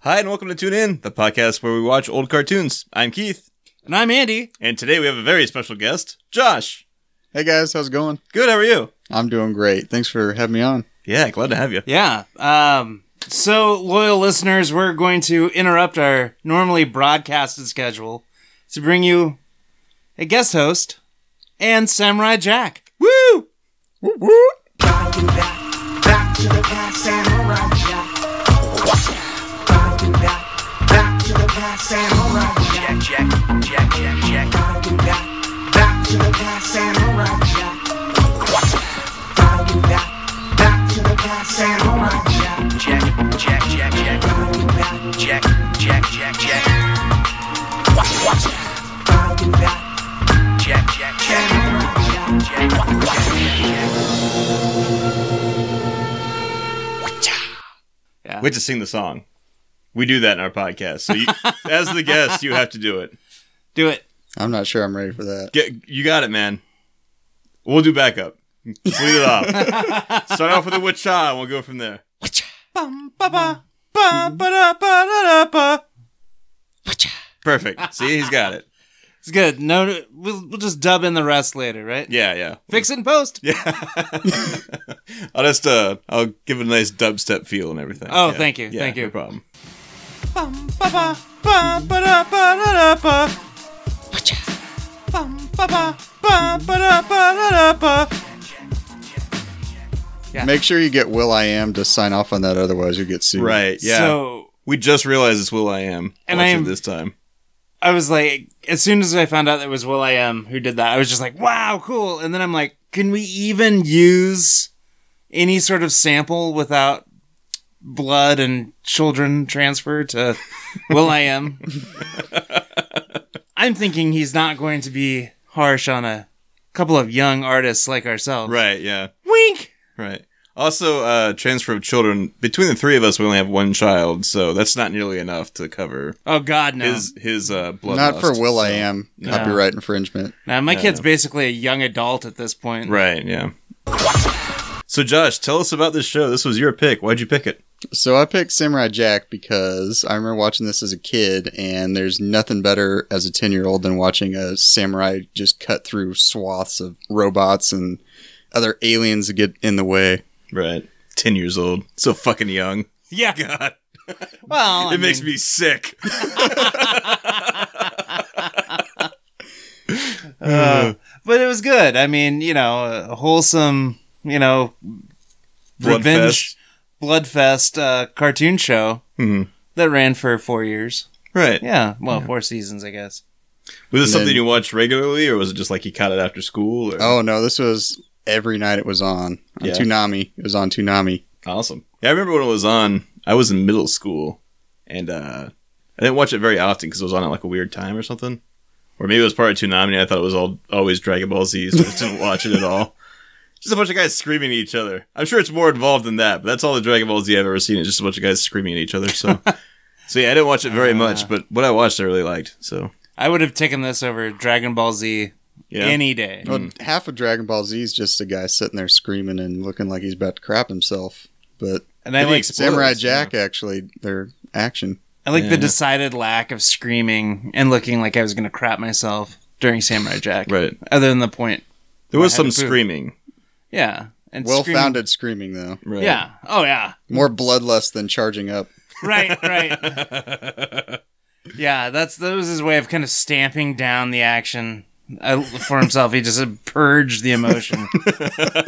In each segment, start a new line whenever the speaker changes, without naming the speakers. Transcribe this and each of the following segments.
Hi, and welcome to Tune In, the podcast where we watch old cartoons. I'm Keith,
And I'm Andy.
and today we have a very special guest, Josh.
Hey guys, how's it going?
Good, how are you?
I'm doing great. Thanks for having me on.
Yeah, glad to have you.
Yeah. Um, so, loyal listeners, we're going to interrupt our normally broadcasted schedule to bring you a guest host and Samurai Jack.
Woo!
Rockin' back, back to the past, samurai jack. Rockin' back, back to the past, samurai jack. Jack, jack, jack, jack. Rockin' back, back to the past, samurai jack. Rockin' back, back to the past, samurai jack. Jack, jack, jack, jack. Rockin' back, jack, jack, jack, jack. Watch, watch. Rockin' back, jack, jack, jack. Samurai Jack, jack, jack, jack.
Wait to sing the song. We do that in our podcast. So, you, as the guest, you have to do it.
Do it.
I'm not sure I'm ready for that.
Get, you got it, man. We'll do backup. Lead it off. Start off with a witcha, and we'll go from there. Bum, ba, ba, ba, ba, da, ba, da, da, ba. Perfect. See, he's got it.
It's good. No, we'll, we'll just dub in the rest later, right?
Yeah, yeah.
Fix it in post.
Yeah. I'll just uh I'll give it a nice dubstep feel and everything.
Oh,
Yeah.
thank you,
Yeah,
thank you.
No problem.
Make sure you get Will I Am to sign off on that, otherwise you get sued.
Right, yeah.
So,
we just realized it's Will I Am.
And
watching
I'm-
this time.
I was like, as soon as I found out that it was Will I Am who did that, I was just like, wow, cool. And then I'm like, can we even use any sort of sample without blood and children transfer to Will I Am? I'm thinking he's not going to be harsh on a couple of young artists like ourselves.
Right, yeah.
Wink!
Right. Also, uh transfer of children. Between the three of us we only have one child, so that's not nearly enough to cover
Oh, God, no.
his his uh blood.
Not for
lust,
Will I
so-
Am. Copyright infringement.
now, my
no,
kid's
no.
basically a young adult at this point.
Right, yeah. So Josh, tell us about this show. This was your pick. Why'd you pick it?
So I picked Samurai Jack because I remember watching this as a kid, and there's nothing better as a 10 year old than watching a samurai just cut through swaths of robots and other aliens that get in the way.
Right. Ten years old. So fucking young.
Yeah.
God.
Well, I
it makes
mean,
me sick.
Uh,
Hmm.
but it was good. I mean, you know, a wholesome, you know, revenge bloodfest uh, cartoon show
hmm
that ran for four years.
Right.
Yeah, well, four seasons, I guess.
Was this
And
something
then-
you watched regularly, or was it just like you caught it after school? Or?
Oh no, this was every night it was on. On
Yeah.
Toonami. It was on Toonami.
awesome. Yeah, I remember when it was on. I was in middle school, and uh, I didn't watch it very often because it was on at like a weird time or something, or maybe it was part of Toonami. and I thought it was all always Dragon Ball Z, so I just didn't watch it at all. Just a bunch of guys screaming at each other. I'm sure it's more involved than that, but that's all the Dragon Ball Z I've ever seen. It's just a bunch of guys screaming at each other. So, so yeah, I didn't watch it very
Ah.
much, but what I watched, I really liked. So,
I would have taken this over Dragon Ball Z
yeah,
any day.
Well,
Mm.
half of Dragon Ball Z is just a guy sitting there screaming and looking like he's about to crap himself. But
And I
Any
like
ex-
Samurai
Spoilers,
Jack, actually, their action.
I like
Yeah.
the decided lack of screaming and looking like I was going to crap myself during Samurai Jack.
right.
Other than the point,
There was
I
some
had to poop.
screaming.
yeah, and
Well
screaming-
founded screaming, though.
Right.
Yeah. Oh yeah.
More bloodlust than charging up.
right, right. yeah, that's that was his way of kind of stamping down the action uh, for himself. he just uh, purged the emotion. Well,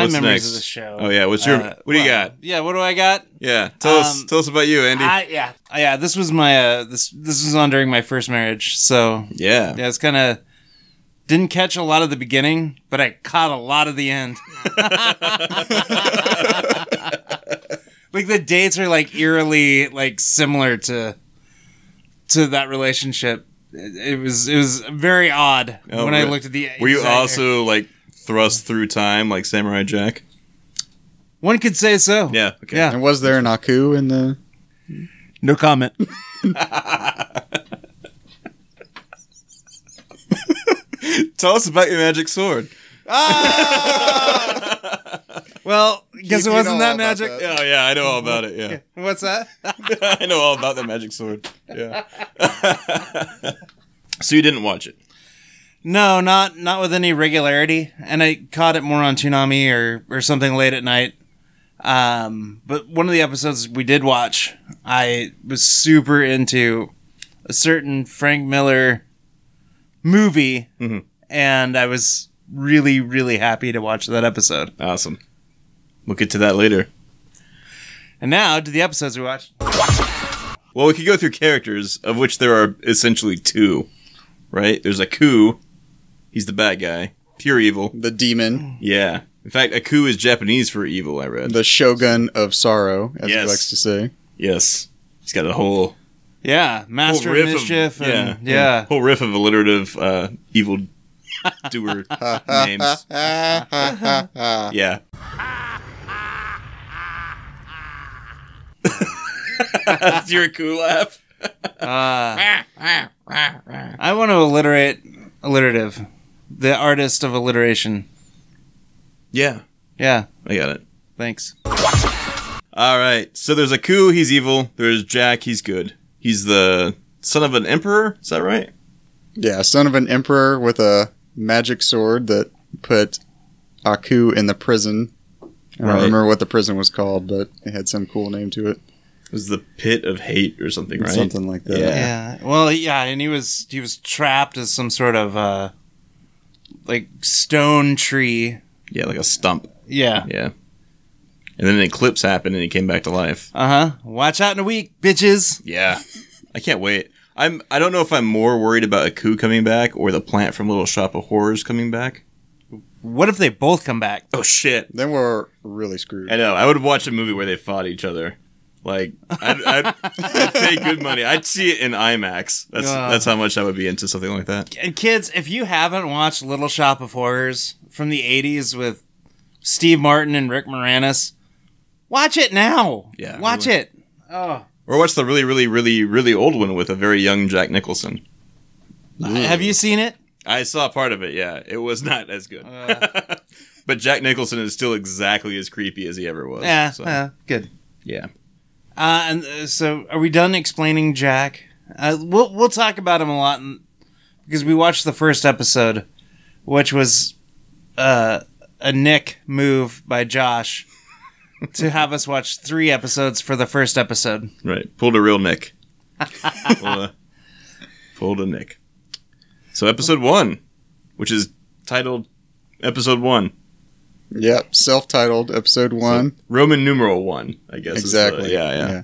What's
memories
next?
of the show.
Oh yeah. What's your?
Uh,
what do you
well,
got?
Yeah, what do I got?
Yeah. Tell us.
um,
Tell us about you, Andy.
I, yeah, Uh, yeah. This was my uh, this this was on during my first marriage, so
yeah.
yeah, it's kind of didn't catch a lot of the beginning, but I caught a lot of the end. like the dates are like eerily like similar to to that relationship. It it was it was very odd
Oh,
when I
really?
looked at the.
Were you
exact-
also like thrust through time like Samurai Jack?
One could say so.
Yeah. Okay.
Yeah.
And was there an Aku in the.
No comment.
Tell us about your magic sword.
Well, Because it
You know
wasn't
all
that
about
magic.
that.
Oh yeah, I know all about it. Yeah,
What's that?
I know all about the magic sword. Yeah. so you didn't watch it.
No, not not with any regularity. And I caught it more on Toonami or or something late at night. Um, but one of the episodes we did watch, I was super into a certain Frank Miller movie,
Mm-hmm.
and I was really really happy to watch that episode.
Awesome. We'll get to that later.
And now to the episodes we watched.
Well, we could go through characters, of which there are essentially two, right? There's Aku. He's the bad guy. Pure evil.
The demon,
Yeah. In fact, Aku is Japanese for evil, I read.
the shogun of sorrow, as
Yes.
he likes to say.
yes. He's got a whole,
Yeah, Master
whole
of
riff
Mischief.
Of,
and,
yeah.
yeah.
Whole riff of alliterative uh, evil doer names.
Ah, ha, ha, ha.
Yeah. That's your Aku laugh.
Uh, I want to alliterate alliterative, the artist of alliteration.
Yeah.
Yeah,
I got it.
thanks.
All right. So there's Aku, he's evil. There's Jack, he's good. He's the son of an emperor. Is that right?
Yeah, son of an emperor with a magic sword that put Aku in the prison. I don't
Right.
remember what the prison was called, but it had some cool name to it.
It was the pit of hate or something, right?
Something like that.
Yeah.
Yeah. Well, yeah, and he was he was trapped as some sort of uh like stone tree.
Yeah, like a stump.
Yeah.
Yeah. And then an eclipse happened and he came back to life.
Uh huh. Watch out in a week, bitches.
Yeah. I can't wait. I'm I don't know if I'm more worried about Aku coming back or the plant from Little Shop of Horrors coming back.
What if they both come back?
Oh shit.
Then we're really screwed.
I know. I would watch a movie where they fought each other. Like I'd, I'd, I'd pay good money. I'd see it in IMAX. That's
Yeah.
that's how much I would be into something like that.
And kids, if you haven't watched Little Shop of Horrors from the '80s with Steve Martin and Rick Moranis, watch it now.
Yeah,
watch
really.
it. Oh,
Or what's the really, really, really, really old one with a very young Jack Nicholson?
have you seen it?
I saw part of it. Yeah, it was not as good.
Uh.
but Jack Nicholson is still exactly as creepy as he ever was.
Yeah,
so,
yeah, good.
yeah.
Uh, and uh, so, are we done explaining Jack? Uh, we'll we'll talk about him a lot in, because we watched the first episode, which was uh, a Nick move by Josh to have us watch three episodes for the first episode.
Right. Pulled a real Nick. pulled, a, pulled a Nick. So episode one, which is titled episode one,
Yep, self-titled episode one.
Roman numeral one, I guess. is the-
exactly.
yeah, yeah.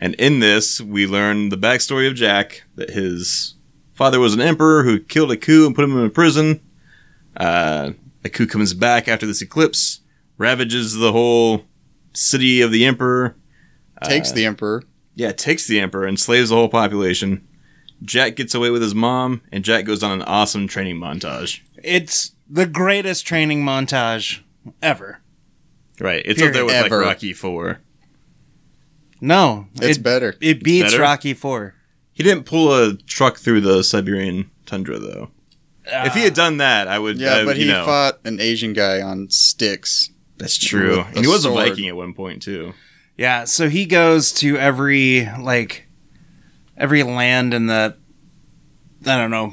And in this, we learn the backstory of Jack that his father was an emperor who killed a coup and put him in prison. Uh, a coup comes back after this eclipse, ravages the whole city of the emperor. Uh,
Takes the emperor.
Yeah, takes the emperor, enslaves the whole population. Jack gets away with his mom, and Jack goes on an awesome training montage.
It's the greatest training montage ever.
Right, it's up there
Period.
with
Ever.
like Rocky Four.
No,
It's
it,
better.
It beats
better?
Rocky Four.
He didn't pull a truck through the Siberian tundra though. if
Uh,
he had done that, I would.
Yeah,
I-
but
uh, you
he
know.
fought an Asian guy on sticks.
That's true.
With
And he was
a
a
sword.
Viking at one point too.
Yeah, so he goes to every like every land in the I don't know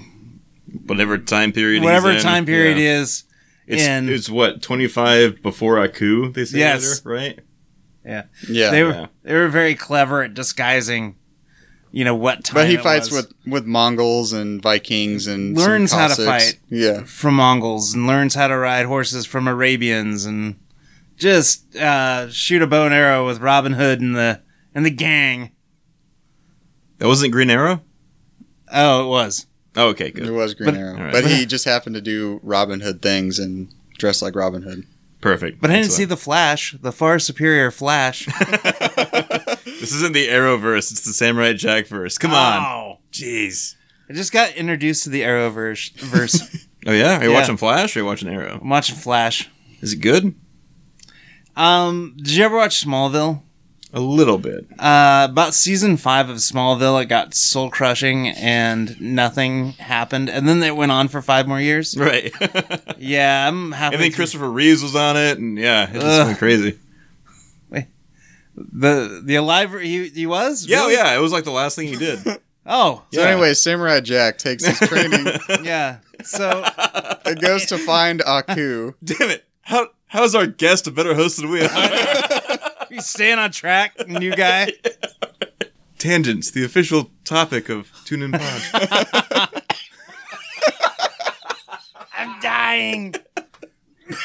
Whatever time period.
whatever
he's in,
time period
yeah.
is.
It's,
in.
it's what twenty five before Aku. They say
Yes.
later, right?
Yeah,
They were
yeah.
they were very clever at disguising, you know what time.
but he
it
fights
was
with with Mongols and Vikings and some
Learns how to
Cossacks.
fight.
Yeah,
from Mongols and learns how to ride horses from Arabians and just uh, shoot a bow and arrow with Robin Hood and the and the gang.
That wasn't Green Arrow.
Oh, it was.
Oh, okay,
it
good,
was Green
But-
Arrow,
All right.
but he just happened to do Robin Hood things and dress like Robin Hood.
perfect.
But I didn't
That's
see the Flash, the far superior Flash.
what- This isn't the Arrow verse. It's the Samurai Jack verse. Come on,
Oh.
jeez.
I just got introduced to the Arrowverse. Verse.
Oh yeah, are you
Yeah.
watching Flash or are you watching Arrow?
I'm watching Flash.
Is it good?
Um, did you ever watch Smallville?
A little bit.
Uh, about season five of Smallville, it got soul crushing and nothing happened. And then it went on for five more years.
Right. and
Yeah, I'm happy.
then Christopher Reeves was on it, and yeah, it just
Ugh.
went crazy.
the the alive he, he was
Yeah, oh,
Really?
yeah, it was like the last thing he did.
oh
Yeah.
So anyway, Samurai Jack takes his training
yeah so
and goes to find Aku.
Damn it! How how's our guest a better host than we are?
you staying on track new guy
Tangents, the official topic of Tune In Pod.
I'm dying
oh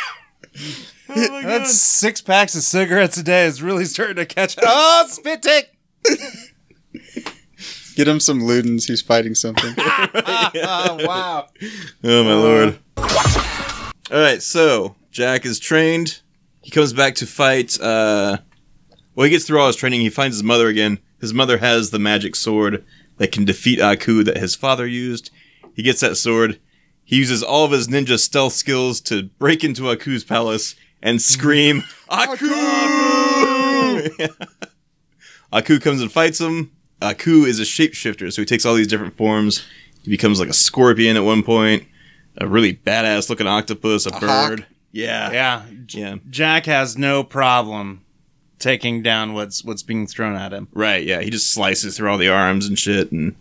my God.
that's six packs of cigarettes a day is really starting to catch oh spit take
Get him some Ludens. He's fighting something.
oh wow
Oh my lord! All right, so Jack is trained. He comes back to fight. Uh, well, he gets through all his training. He finds his mother again. His mother has the magic sword that can defeat Aku that his father used. He gets that sword. He uses all of his ninja stealth skills to break into Aku's palace and scream, Aku! Aku comes and fights him. Aku is a shapeshifter, so he takes all these different forms. He becomes like a scorpion at one point, a really badass looking octopus, a, bird.
hawk.
Yeah.
yeah J-
Yeah.
Jack has no problem taking down what's what's being thrown at him
Right, yeah. He just slices through all the arms and shit, and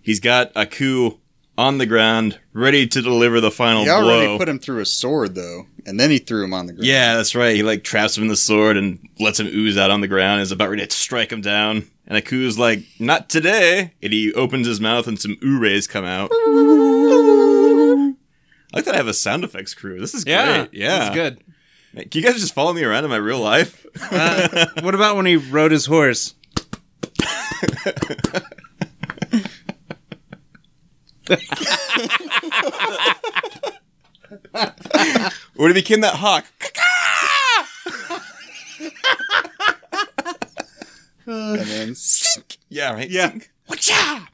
he's got Aku on the ground, ready to deliver the final
He
blow.
already put him through a sword though, and then he threw him on the ground.
yeah, that's right. He like traps him in the sword and lets him ooze out on the ground. Is about ready to strike him down, and Aku's like, "Not today!" And he opens his mouth, and some ooh rays come out. I like that I have a sound effects crew. This is great. Yeah,
it's good
Can you guys just follow me around in my real life?
uh, what about when he rode his horse
When he became that hawk.
And then
Yeah, right. Yeah.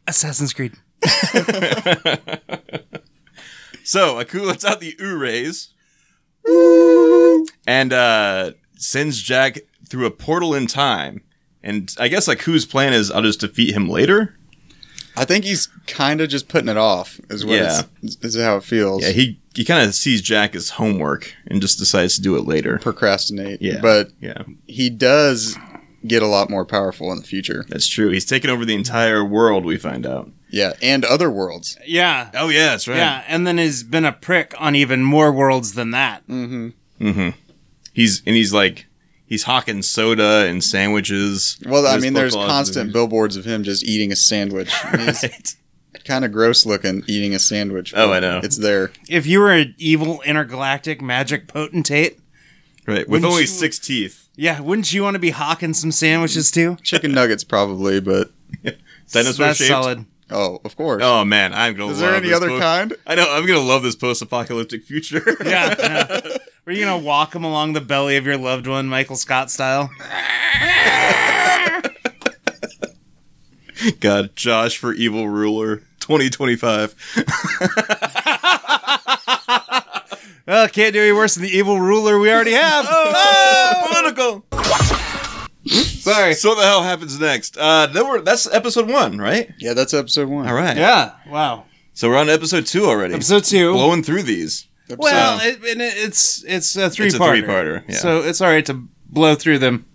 Assassin's Creed
So Aku lets out the ooh rays and uh, sends Jack through a portal in time. And I guess Aku's plan is I'll just defeat him later.
I think he's kind of just putting it off. Is what
Yeah.
it's, is how it feels.
Yeah, he he kind of sees Jack as homework and just decides to do it later.
procrastinate.
Yeah.
but
Yeah,
he does get a lot more powerful in the future.
that's true. He's taken over the entire world. We find out.
Yeah, and other worlds.
yeah
Oh yeah, that's right.
Yeah, and then has been a prick on even more worlds than that.
Mm. Mm-hmm. He's and he's like he's hawking soda and sandwiches.
Well, I
His
mean, there's
Pokemon-
constant billboards of him just eating a sandwich. And He's
Right.
kind of gross looking eating a sandwich.
Oh,
but
I know.
It's there.
If you were an evil intergalactic magic potentate,
Right, with
Wouldn't
only
you-
six teeth.
yeah, wouldn't you want to be hawking some sandwiches too?
Chicken nuggets probably, but
Dinosaur
That's
shaped.
solid.
oh, of course.
Oh man, I'm gonna.
Is
love
there any
this
other
book.
kind?
I know. I'm gonna love this post-apocalyptic future.
Yeah. yeah. Were you gonna walk him along the belly of your loved one, Michael Scott style?
God, Josh for evil ruler, 2025.
Oh, can't do any worse than the evil ruler we already have.
Oh, Political.
sorry.
So what the hell happens next? Uh, then we're, that's episode one, right?
Yeah, that's episode one.
All right.
Yeah. Wow.
So we're on episode two already.
Episode two.
Blowing through these.
Episode-
well, it, and it, it's it's a three
It's a three-parter, yeah.
So it's all right to blow through them.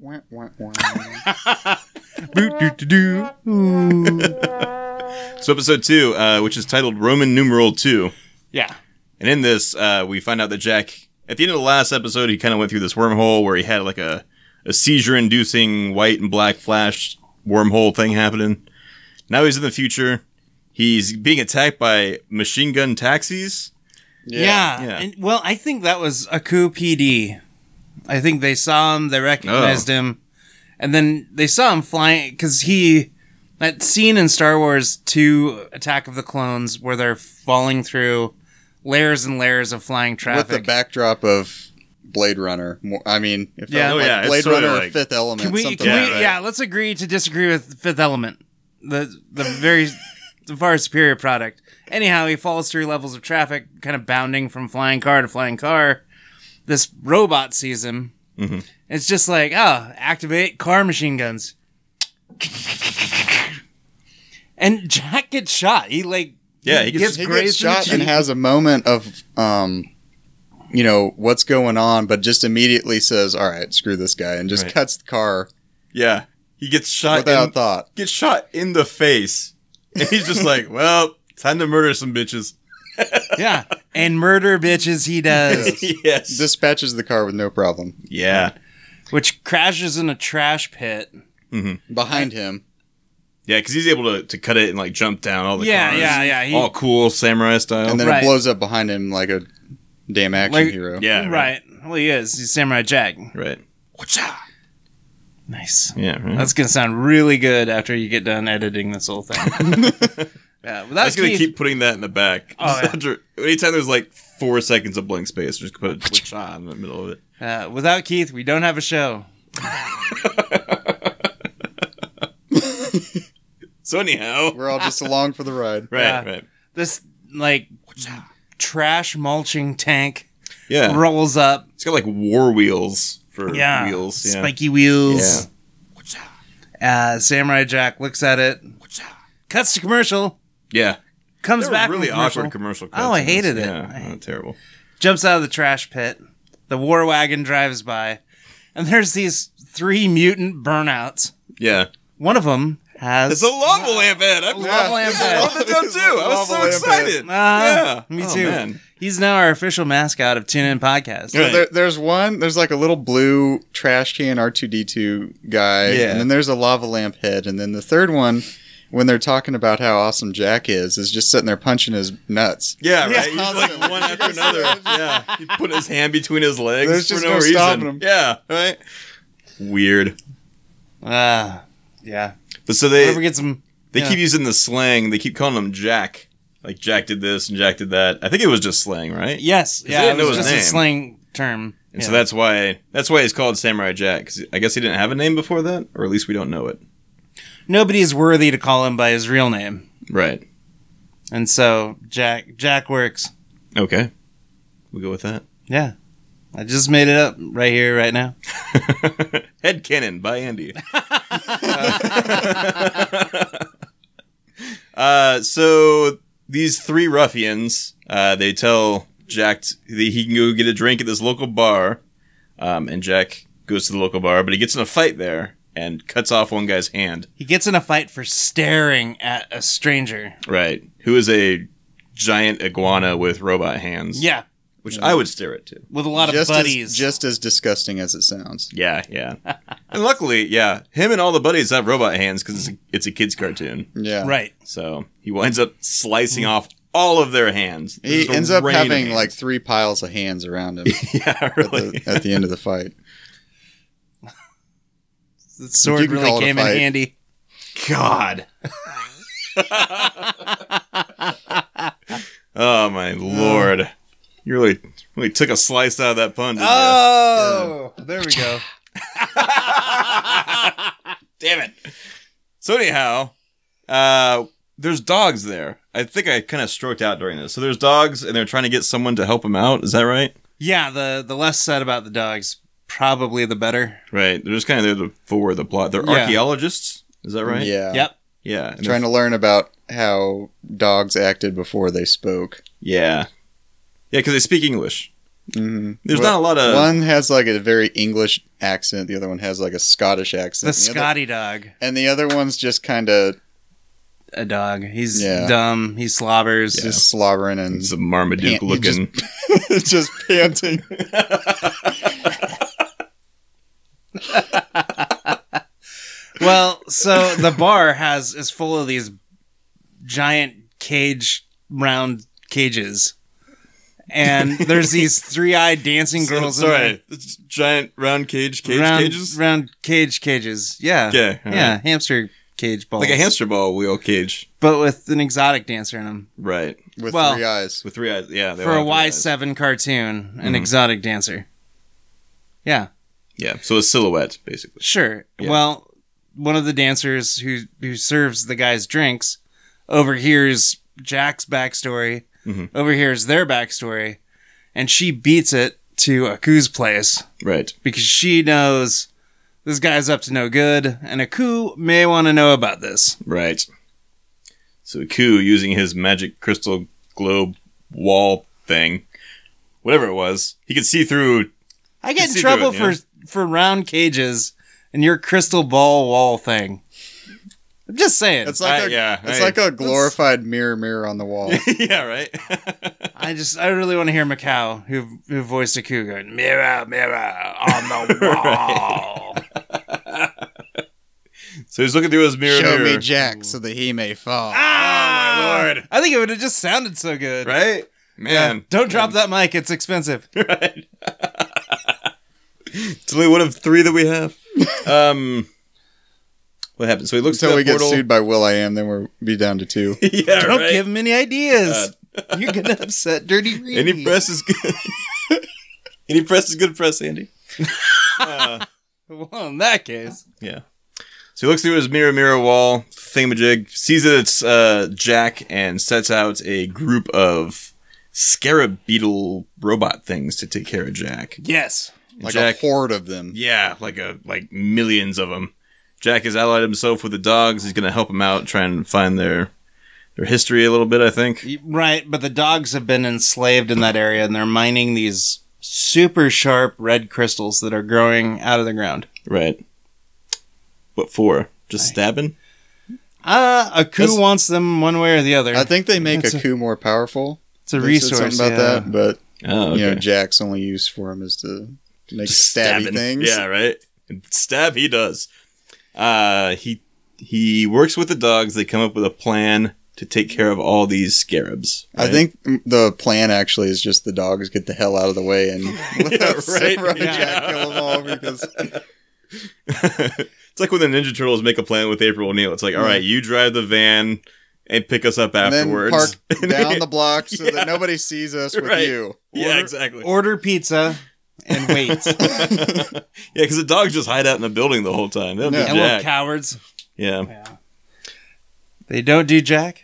Wah, wah, wah.
So episode two, uh, which is titled Roman numeral two,
Yeah.
and in this, uh, we find out that Jack, at the end of the last episode, he kind of went through this wormhole where he had like a, a seizure-inducing white and black flash wormhole thing happening. Now he's in the future. He's being attacked by machine gun taxis.
Yeah.
Yeah.
And, well, I think that was a coup PD. I think they saw him, they recognized him, and then they saw him flying because he that scene in Star Wars Two: Attack of the Clones where they're falling through layers and layers of flying
With the
traffic.
background of Blade Runner. More, I mean, if
Yeah.
that was
Oh,
like
yeah, it's
Blade
sorta
Runner or
like-
Fifth Element,
can we?
something
can
like
we?
that.
Yeah. Let's agree to disagree with Fifth Element, the the very the far superior product. Anyhow, he falls through levels of traffic, kind of bounding from flying car to flying car. This robot sees him
Mhm.
It's just like, oh, activate car machine guns. And Jack gets shot. He like
Yeah, he gets-
gets
he gets
grazed in the
shot and
cheek.
has a moment of um you know what's going on but just immediately says all right screw this guy and just
Right.
cuts the car
Yeah, he gets
Uh,
shot.
without
in,
thought
gets shot in the face, and he's just like, "Well, time to murder some bitches."
yeah, and murder bitches he does,
yes.
dispatches the car with no problem
yeah.
which crashes in a trash pit.
behind him
Yeah, because he's able to, to cut it and like jump down all the
Yeah,
cars.
yeah, yeah, he-
all cool samurai style.
and then
Right.
it blows up behind him like a damn action
Like-
hero
yeah, right,
right. Well, he is. He's Samurai Jack.
right.
Nice.
Yeah, right.
That's gonna sound really good after you get done editing this whole thing. yeah, well,
I'm
that's
just gonna
Keith.
keep putting that in the back.
Oh,
Just
yeah.
after- anytime there's like four seconds of blank space, just put a shot in the middle of it.
Uh, without Keith, we don't have a show.
So anyhow,
we're all just along for the ride
right,
Yeah.
right,
This like trash mulching tank
yeah.
rolls up.
It's got like war wheels for
Yeah,
wheels. Yeah.
spiky wheels. Uh, Samurai Jack looks at it. Cuts to commercial.
Yeah,
Comes
They were
back.
really
from commercial,
awkward commercial.
Oh,
cuts
I
in
hated
this.
it.
Yeah,
I-
oh, terrible.
Jumps out of the trash pit. The war wagon drives by, and there's these three mutant burnouts.
Yeah,
One of them has
it's a lava lamp head. I
lava lamp
I
head.
wanted to know too. I was
Lava
so
lamp head.
excited.
Ah,
yeah,
me
Oh,
too.
man.
He's now our official mascot of Tune In Podcast.
Yeah. Right.
There, there's one. There's like a little blue trash can R2D2 guy,
Yeah.
and then there's a lava lamp head, and then the third one, when they're talking about how awesome Jack is, is just sitting there punching his nuts.
Yeah, right.
Yeah,
He's
constantly.
like one after another. Yeah, he put his hand between his legs
There's just
for no,
no
reason.
stopping him.
Yeah, right. Weird.
Ah, yeah.
But so
Whenever
they
we get some
they
yeah.
keep using the slang. They keep calling him Jack. Like Jack did this and Jack did that. I think it was just slang, right?
Yes,
I
yeah, it
didn't know
was
his
just a
name.
slang term.
And
yeah.
so that's why that's why he's called Samurai Jack. 'cause I guess he didn't have a name before that, or at least we don't know it.
nobody is worthy to call him by his real name,
Right.
and so Jack Jack works.
Okay. We go with that.
Yeah, I just made it up right here, right now.
Head cannon by Andy. uh, so these three ruffians, uh, they tell Jack t- that he can go get a drink at this local bar, um, and Jack goes to the local bar, but he gets in a fight there and cuts off one guy's hand.
He gets in a fight for staring at a stranger.
Right. Who is a giant iguana with robot hands?
Yeah,
which I would stare at too.
with a lot of
Just
buddies.
as just as disgusting as it sounds.
Yeah, yeah. and luckily, yeah, him and all the buddies have robot hands because it's, a- it's a kids' cartoon.
Yeah,
right.
So he winds up slicing off all of their hands. It's
He
just a
ends up
rain of
having
hands.
like three piles of hands around him
yeah,
at,
really.
the, at the end of the fight.
The sword
can
really
call it a
came in
fight.
handy.
God. oh my lord! You really, really took a slice out of that pun. Didn't
Oh, there we go.
you? damn it! So anyhow, uh, there's dogs there. I think I kind of stroked out during this. So there's dogs, and they're trying to get someone to help them out. Is that right?
Yeah, the the less said about the dogs, probably the better.
Right. They're just kind of there to forward the plot. They're
Yeah.
archaeologists. Is that right?
Yeah.
Yep.
Yeah. and
Trying to learn about how dogs acted before they spoke.
Yeah. Yeah, because they speak English.
Mm-hmm.
There's not a lot of.
One has like a very English accent. The other one has like a Scottish accent.
The
and other-
Scotty dog,
and the other one's just kind of
a dog. He's
Yeah.
dumb. He slobbers.
just slobbering and
It's a Marmaduke
Yeah, you just-
looking.
just panting.
Well, so the bar has is full of these giant cage round cages. And there's these three-eyed dancing girls
Sorry. it's Giant round cage
in
cage
there. round,
cages?
round cage cages. Yeah.
Yeah. all
Yeah,
right.
hamster cage balls.
Like a hamster ball wheel cage.
but with an exotic dancer in them.
Right.
with
Well-
three eyes.
With three eyes. Yeah. they
For a
all have three eyes.
Y7 cartoon, an
Mhm.
exotic dancer. Yeah.
Yeah. So a silhouette, basically.
Sure.
Yeah.
Well, one of the dancers who who serves the guys drinks overhears Jack's backstory,
Mhm.
overhears their backstory, and she beats it to Aku's place
Right.
because she knows this guy's up to no good, and Aku may want to know about this.
Right. So Ku, using his magic crystal globe wall thing, whatever it was, he could see through.
I get
You
in
see
trouble
through it,
for for round cages and your crystal ball wall thing. I'm just saying.
It's like
I-
a,
yeah,
it's
I-
like a glorified mirror, mirror on the wall.
yeah, right.
I just I really want to hear Macau who who voiced a cougar. going, Mirror, mirror on the wall.
so he's looking through his mirror.
Show me
mirror.
Jack so that he may fall.
Ah,
Oh, my lord.
I think it would have just sounded so good.
Right.
Yeah,
Man,
don't drop that mic. It's expensive.
right. it's only one of three that we have. Um, what happens? So he looks
Until
through
we
that
get
portal.
sued by Will I Am, then we'll be down to two.
yeah,
Don't
right.
give him any ideas. You're gonna upset Dirty Reedy.
Any press is good. Any press is good press, Andy. Uh,
Well, in that case,
yeah. So he looks through his mirror, mirror wall thingamajig, sees that it's uh, Jack, and sets out a group of scarab beetle robot things to take care of Jack.
yes.
Like
Jack,
a horde of them.
yeah, like a like millions of them. Jack has allied himself with the dogs. He's gonna help him out, try and find their their history a little bit. I think.
Right, but the dogs have been enslaved in that area and they're mining these super sharp red crystals that are growing out of the ground.
Right. What for? Just stabbing?
Uh, a coup
That's-
wants them one way or the other.
I think they make
That's
a
a-
coup more powerful.
it's a
They said
resource.
something about
yeah.
that, but
Oh, okay.
you know, Jack's only use for him is to make
Just
stabby
stabbing.
things.
Yeah, right. And stab he does. Uh, he he works with the dogs. They come up with a plan to take care of all these scarabs.
I
right?
think the plan actually is just the dogs get the hell out of the way and let
Yeah,
Samurai
right.
Jack
Yeah.
kill them all because
it's like when the Ninja Turtles make a plan with April O'Neil. It's like, all
Yeah.
right, you drive the van and pick us up
and then
afterwards.
park
And
down
then-
the block so
Yeah.
that nobody sees us with
Right.
you.
yeah, exactly.
Order pizza and wait.
yeah, because the dogs just hide out in the building the whole time. They'll do
Yeah.
and little
Jack.
cowards.
yeah.
They don't do Jack.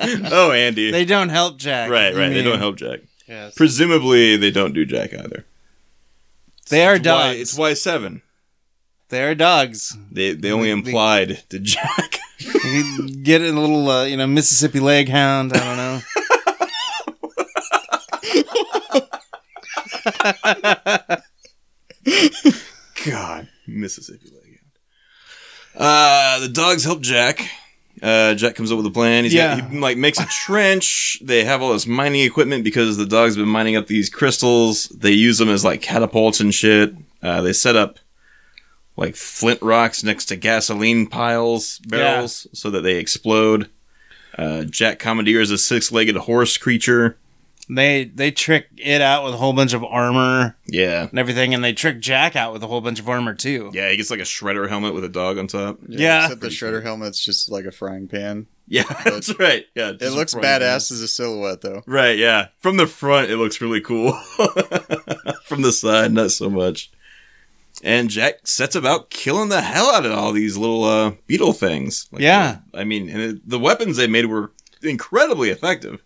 Oh, Andy.
They don't help Jack.
right,
You
right. They
mean-
don't help Jack.
Yes.
Presumably, they don't do Jack either.
They are
It's Y-
dogs.
It's Y seven.
They are dogs.
They they only
They-
implied to Jack.
You Get in a little, uh, you know, Mississippi leg hound. I don't know.
God, Mississippi leg. Uh, the dogs help Jack. Uh, Jack comes up with a plan. He's
Yeah.
got, he like makes a trench. They have all this mining equipment because the dogs have been mining up these crystals. They use them as like catapults and shit. Uh, they set up like flint rocks next to gasoline piles barrels so that they explode. Uh, Jack commandeers a six-legged horse creature.
They they trick it out with a whole bunch of armor
Yeah,
and everything, and they trick Jack out with a whole bunch of armor too.
yeah. He gets like a shredder helmet with a dog on top.
Yeah.
Except the shredder helmet's just like a frying pan.
Yeah, that's right. Yeah,
It
just
looks
front and
badass as a silhouette though.
back. Right, yeah. From the front, it looks really cool. From the side, not so much. And Jack sets about killing the hell out of all these little uh, beetle things. Like, uh,
Yeah.
I mean, and it, the weapons they made were incredibly effective.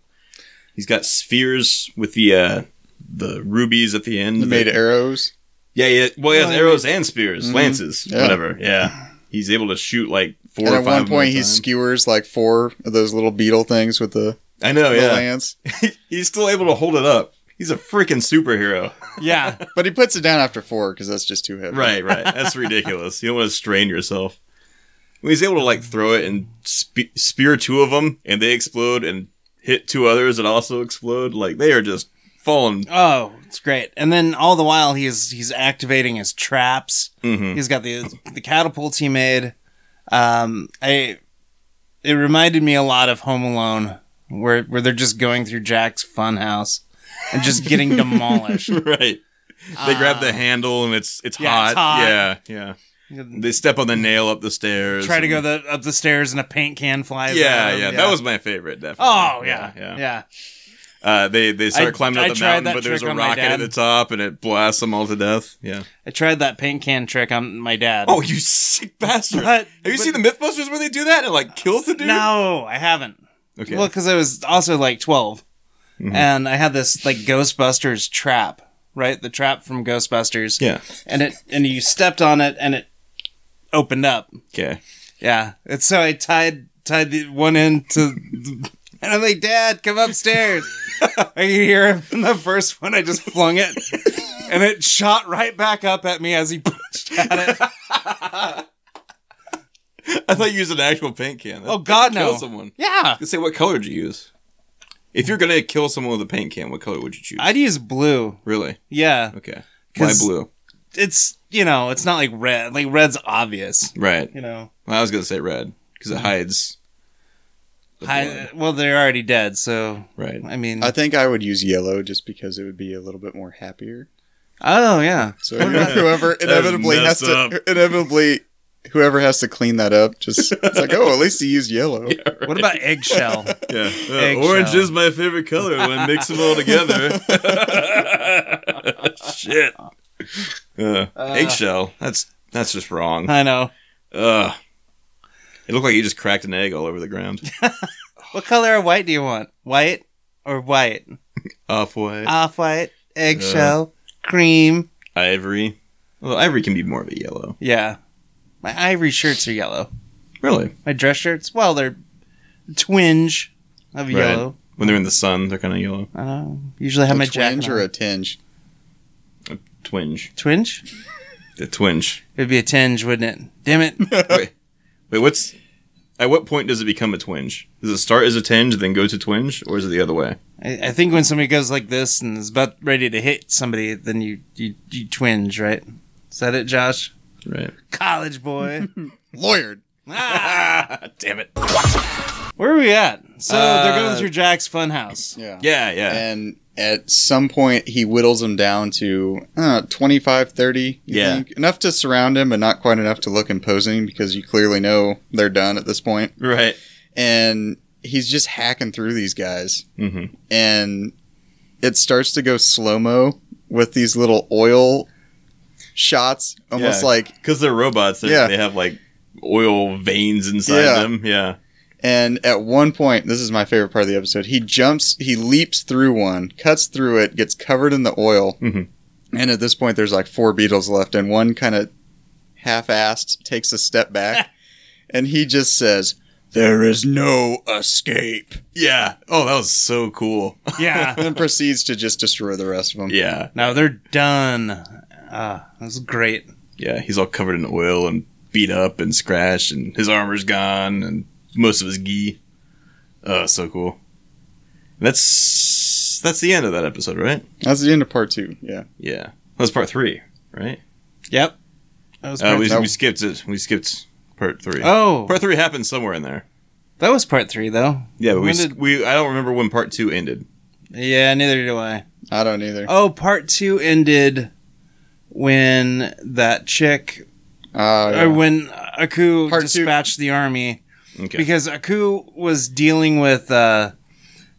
He's got spheres with the uh, the rubies at the end.
He
that-
made arrows.
yeah, yeah. Well, he has
Well,
arrows and spears,
Mhm.
lances,
Yeah.
whatever. Yeah, he's able to shoot like four.
and
or
at
five
one
of them at
point
a
he
time.
skewers like four of those little beetle things with the,
I know.
the
Yeah,
lance.
he's still able to hold it up. He's a freaking superhero.
Yeah,
But he puts it down after four because that's just too heavy.
Right, right. That's ridiculous. You don't want to strain yourself. When he's able to like throw it and spe- spear two of them, and they explode, and hit two others that also explode, like they are just falling.
Oh, it's great. And then all the while he's he's activating his traps.
Mhm.
He's got the the catapults he made. Um, I it reminded me a lot of Home Alone, where where they're just going through Jack's funhouse and just getting demolished.
right. They grab the handle, and it's it's,
Ah. yeah,
hot.
it's hot.
Yeah, yeah. They step on the nail up the stairs.
Try to
and-
go the, up the stairs and a paint can flies.
Yeah,
at
yeah,
him.
That was my favorite. Definitely.
Oh yeah,
yeah.
yeah.
Uh, they they start climbing up
I
the
tried
mountain,
that
but there's
trick
a
on my
rocket at
dad.
the top, and it blasts them all to death. Yeah.
I tried that paint can trick on my dad.
Oh, you sick bastard! Have
But-
you
but-
seen the MythBusters where they do that and it, like kills the dude?
no, I haven't.
Okay. Mm-hmm.
Well, because I was also like twelve, and I had this like Ghostbusters trap, right? The trap from Ghostbusters.
Yeah.
And it and you stepped on it and it opened up.
Okay.
Yeah. And so I tied tied the one end to the- and I'm like, Dad, come upstairs. I could hear him in the first one. I just flung it. And it shot right back up at me as he pushed at it.
I thought you used an actual paint can.
Oh god no.
Kill someone.
Yeah.
Say what color did you use? If you're gonna kill someone with a paint can, what color would you choose?
I'd use blue.
really?
Yeah.
Okay. Why
'Cause-
blue?
It's you know, it's not like red. Like red's obvious.
Right.
You know.
Well, I was gonna say red because it hides. the
Hi,
blood.
well, they're already dead, so
Right.
I mean,
I think I would use yellow just because it would be a little bit more happier.
oh yeah,
So whoever inevitably has
messed
to
up.
inevitably whoever has to clean that up just it's like oh at least he used yellow.
What about eggshell?
Yeah. Uh,
Eggshell.
orange is my favorite color when I mix them all together. Shit. Uh, eggshell. That's that's just wrong.
I know.
Ugh. It looked like you just cracked an egg all over the ground.
What color of white do you want? White or white?
Off white.
Off white, eggshell, cream.
ivory. Well, ivory can be more of a yellow.
Yeah. My ivory shirts are yellow.
Really?
My dress shirts, well, they're twinge of
Right.
yellow.
When they're in the sun, they're kind of yellow.
I don't usually have
a
my
twinge
jacket.
or
on.
a tinge.
Twinge.
twinge?
The twinge.
It'd be a tinge, wouldn't it? Damn it.
Wait. Wait, what's. At what point does it become a twinge? Does it start as a tinge, then go to twinge, or is it the other way?
I, I think when somebody goes like this and is about ready to hit somebody, then you, you, you twinge, right? Is that it, Josh?
Right.
College boy.
Lawyered.
Ah, damn it.
Where are we at? So they're
Uh,
going through Jack's funhouse.
Yeah.
Yeah, yeah.
And at some point he whittles him down to uh, 25 30 you
Yeah.
think? enough to surround him but not quite enough to look imposing because you clearly know they're done at this point
Right.
and he's just hacking through these guys
hmm
and it starts to go slow mo with these little oil shots, almost
Yeah.
like.
Because they're robots. They're,
Yeah.
They have like oil veins inside
Yeah.
them. Yeah.
And at one point, this is my favorite part of the episode. He jumps, he leaps through one, cuts through it, gets covered in the oil,
Mhm.
and at this point, there's like four beetles left, and one kind of half-assed takes a step back, and he just says, "There is no escape,"
Yeah. Oh, that was so cool.
Yeah.
and proceeds to just destroy the rest of them.
yeah.
no, they're done. Ah, that was great.
Yeah. He's all covered in oil and beat up and scratched, and his armor's gone, and most of his gi. Oh, so cool. That's that's the end of that episode, right?
That's the end of part two. Yeah.
Yeah. That's part three, right?
Yep. That was
Uh,
part
we,
three.
we skipped it. We skipped part three.
Oh,
Part three happened somewhere in there.
that was part three, though.
Yeah, but we,
When
s
did-
we I don't remember when part two ended.
Yeah, neither do I.
I don't either.
Oh, part two ended when that chick,
Oh, yeah.
or when Aku
Part two-
dispatched the army.
Okay.
because Aku was dealing with uh,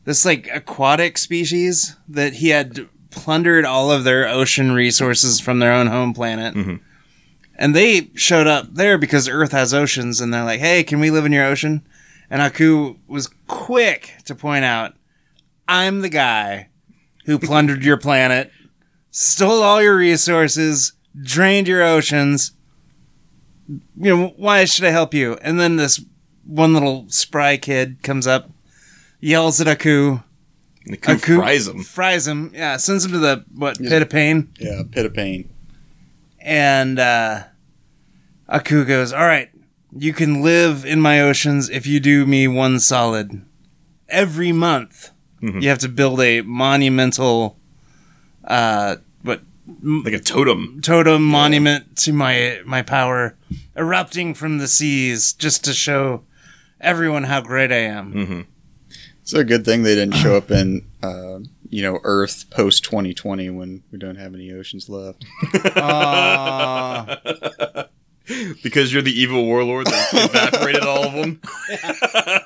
this like aquatic species that he had plundered all of their ocean resources from their own home planet.
Mhm.
And they showed up there because Earth has oceans, and they're like, "Hey, can we live in your ocean?" And Aku was quick to point out, "I'm the guy who plundered your planet, stole all your resources, drained your oceans. You know, why should I help you?" And then this one little spry kid comes up, yells at Aku,
And the coup
Aku-
fries him.
fries him, yeah, sends him to the what pit of pain,
yeah, pit of pain.
and uh, Aku goes, "All right, you can live in my oceans if you do me one solid. Every month,
Mhm.
you have to build a monumental, uh, what
Like a totem.
totem monument to my my power erupting from the seas, just to show everyone how great I am."
hmm
It's a good thing they didn't show up in, uh, you know, Earth post 2020 when we don't have any oceans left.
Aw.
Because you're the evil warlord that evaporated all of them.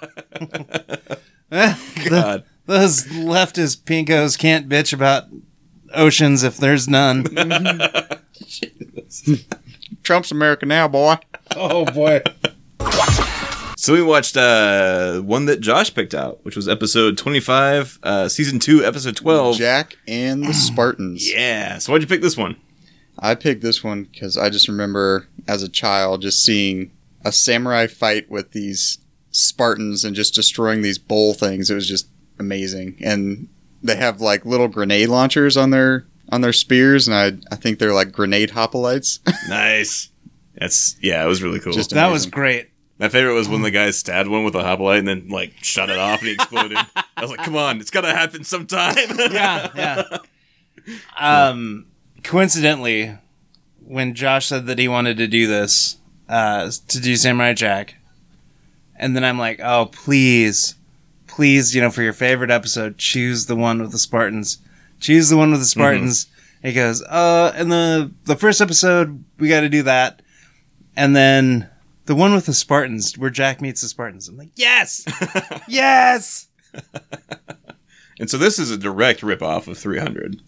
Mm. God.
Those leftist pinkos can't bitch about oceans if there's none.
Trump's America now, boy.
oh boy.
So we watched uh, one that Josh picked out, which was episode 25, uh, season 2, episode 12.
Jack and the Spartans.
Yeah. So why'd you pick this one?
I picked this one because I just remember as a child just seeing a samurai fight with these Spartans and just destroying these bowl things. It was just amazing. And they have like little grenade launchers on their on their spears, and I I think they're like grenade hoplites.
Nice. That's yeah, it was really cool.
Just-
That
Amazing.
was great.
My favorite was when the guy stabbed one with a hoplite and then like shut it off and he exploded. I was like, come on, it's gotta happen sometime.
Yeah, yeah. Um, coincidentally, when Josh said that he wanted to do this, uh, to do Samurai Jack, and then I'm like, oh, please, please, you know, for your favorite episode, choose the one with the Spartans. Choose the one with the Spartans. He goes, uh, in the the first episode, we got to do that, and then the one with the Spartans, where Jack meets the Spartans. I'm like, yes, yes.
And so this is a direct ripoff of 300.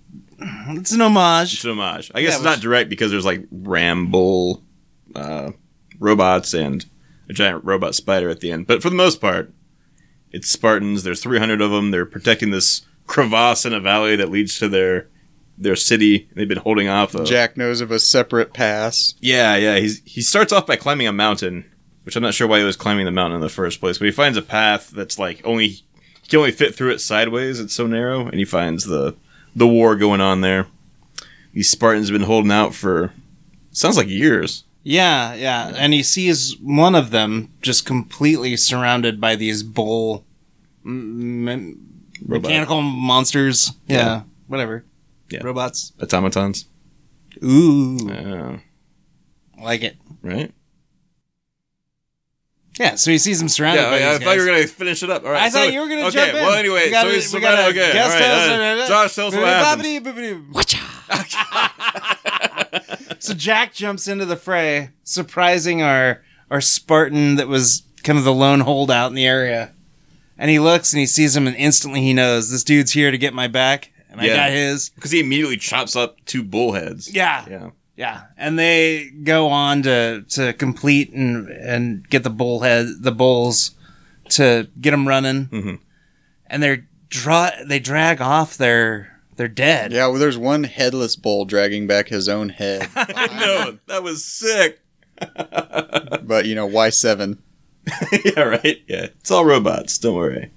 It's an homage.
It's an homage. I guess
Yeah,
it's
which-
not direct because there's like ramble uh, robots and a giant robot spider at the end. But for the most part, it's Spartans. There's 300 of them. They're protecting this crevasse in a valley that leads to their their city. They've been holding off. A,
Jack knows of a separate pass.
Yeah, yeah. He's he starts off by climbing a mountain, which I'm not sure why he was climbing the mountain in the first place. But he finds a path that's like only he can only fit through it sideways. It's so narrow, and he finds the the war going on there. These Spartans have been holding out for sounds like years.
Yeah, yeah. And he sees one of them just completely surrounded by these bull m- m-
Robot.
mechanical monsters. Yeah,
Yeah.
whatever.
Yeah.
Robots.
automatons.
Ooh,
Yeah,
like it.
right.
Yeah, so he sees them surrounded by these guys.
gonna finish it up. All right,
I thought you were gonna jump in. we gotta, we gotta guest host, uh, bobbidi, bobbidi, bobbidi. so Jack jumps into the fray, surprising our our Spartan that was kind of the lone holdout in the area. And he looks and he sees him, and instantly he knows this dude's here to get my back, and
Yeah.
I got his.
Because he immediately chops up two bullheads.
Yeah, yeah,
Yeah.
And they go on to to complete and and get the bullhead, the bulls, to get them running,
Mhm.
and they're draw they drag off their their dead.
Yeah, well, there's one headless bull dragging back his own head.
no, that was sick.
but you know, why seven?
yeah, right. Yeah, it's all robots. Don't worry.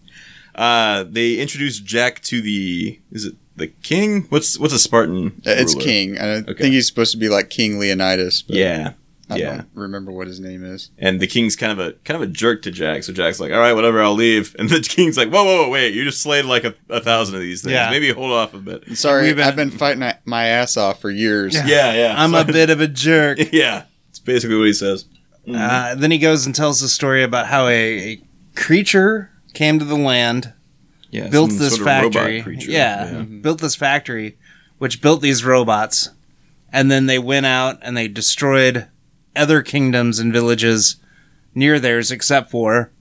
Uh, they introduced Jack to the is it the king? What's what's a Spartan?
Uh, It's
ruler?
King. I
Okay.
think he's supposed to be like King Leonidas. But
Yeah,
I
yeah.
don't remember what his name is.
And the king's kind of a kind of a jerk to Jack. So Jack's like, "All right, whatever, I'll leave." And the king's like, "Whoa, whoa, whoa wait! You just slayed like a, a thousand of these things.
Yeah.
Maybe hold off a bit."
Sorry,
We've been-
I've been fighting my- my ass off for years.
Yeah, yeah.
I'm a
So-
bit of a jerk.
yeah. It's basically what he says.
Uh, then he goes and tells the story about how a, a creature came to the land,
Yeah,
built
some
this
sort of robot
factory.
creature.
yeah, Mm-hmm. built this factory, which built these robots, and then they went out and they destroyed other kingdoms and villages near theirs, except for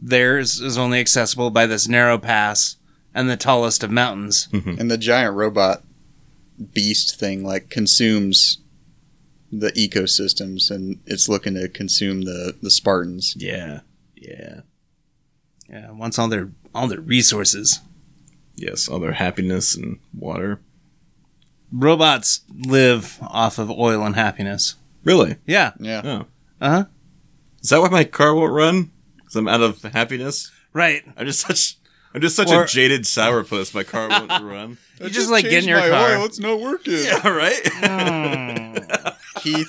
theirs is only accessible by this narrow pass and the tallest of mountains.
And the giant robot beast thing like consumes the ecosystems and it's looking to consume the, the Spartans.
yeah, yeah.
yeah, wants all their all their resources.
Yes, all their happiness and water.
Robots live off of oil and happiness.
Really?
Yeah.
Yeah.
Oh.
Uh
Uh-huh.
huh.
Is that why my car won't run? Because I'm out of happiness.
Right.
I'm just such. I'm just such
Or-
a jaded sourpuss. My car won't run.
You just, like get in your car.
it's not working.
Yeah, right.
Mm.
Keith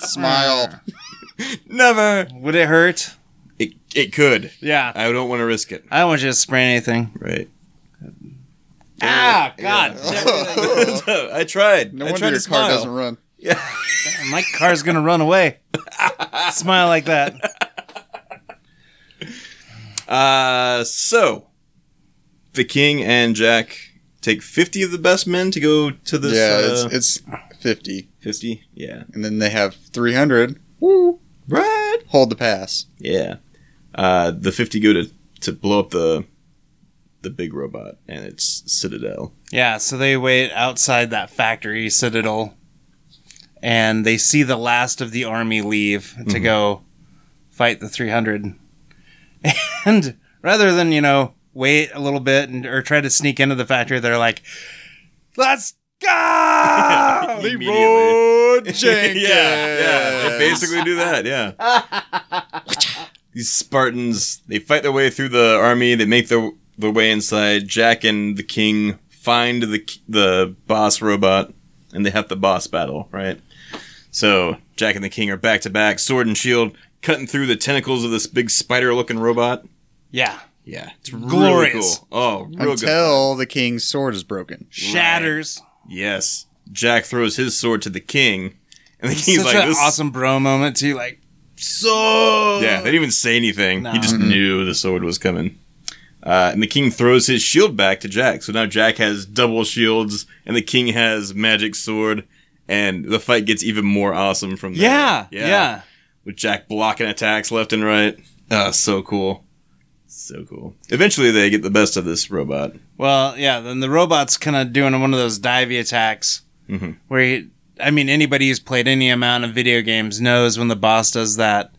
smile.
Never.
Would it hurt?
It it could.
Yeah.
I don't want to risk it.
I don't want you to sprain anything.
Right.
Ah, God.
I tried.
no
I
wonder
tried
your
to
car
smile.
doesn't run.
My car's going to run away. Smile like that.
Uh, so the king and Jack take fifty of the best men to go to this.
yeah,
uh,
it's it's fifty.
fifty. Yeah.
And then they have three hundred.
Right.
Hold the pass.
Yeah. Uh, the 50 go to, to blow up the the big robot, and it's Citadel.
Yeah, so they wait outside that factory citadel and they
Mm-hmm.
see the last of the army leave to go fight the 300. And rather than, you know, wait a little bit and or try to sneak into the factory, they're like, let's go! Oh,
Immediately.
Jenkins.
yeah, yeah. They basically do that. Yeah. These Spartans, they fight their way through the army. They make their their way inside. Jack and the King find the the boss robot, and they have the boss battle. Right. So Jack and the King are back to back, sword and shield, cutting through the tentacles of this big spider-looking robot.
yeah.
Yeah, it's really
Glorious.
cool. Oh, real good.
Until the king's sword is broken.
Shatters.
Yes. Jack throws his sword to the king, and the king's
Such
like,
an
"This
awesome bro moment, too. Like,
sword." Yeah, they didn't even say anything. He
No.
just knew the sword was coming. Uh, and the king throws his shield back to Jack, so now Jack has double shields, and the king has magic sword, and the fight gets even more awesome from there.
yeah, yeah.
With Jack blocking attacks left and right. Ah, so cool. So cool. Eventually, they get the best of this robot.
Well, yeah, then the robot's kind of doing one of those divey attacks
Mhm.
where he. I mean, anybody who's played any amount of video games knows when the boss does that,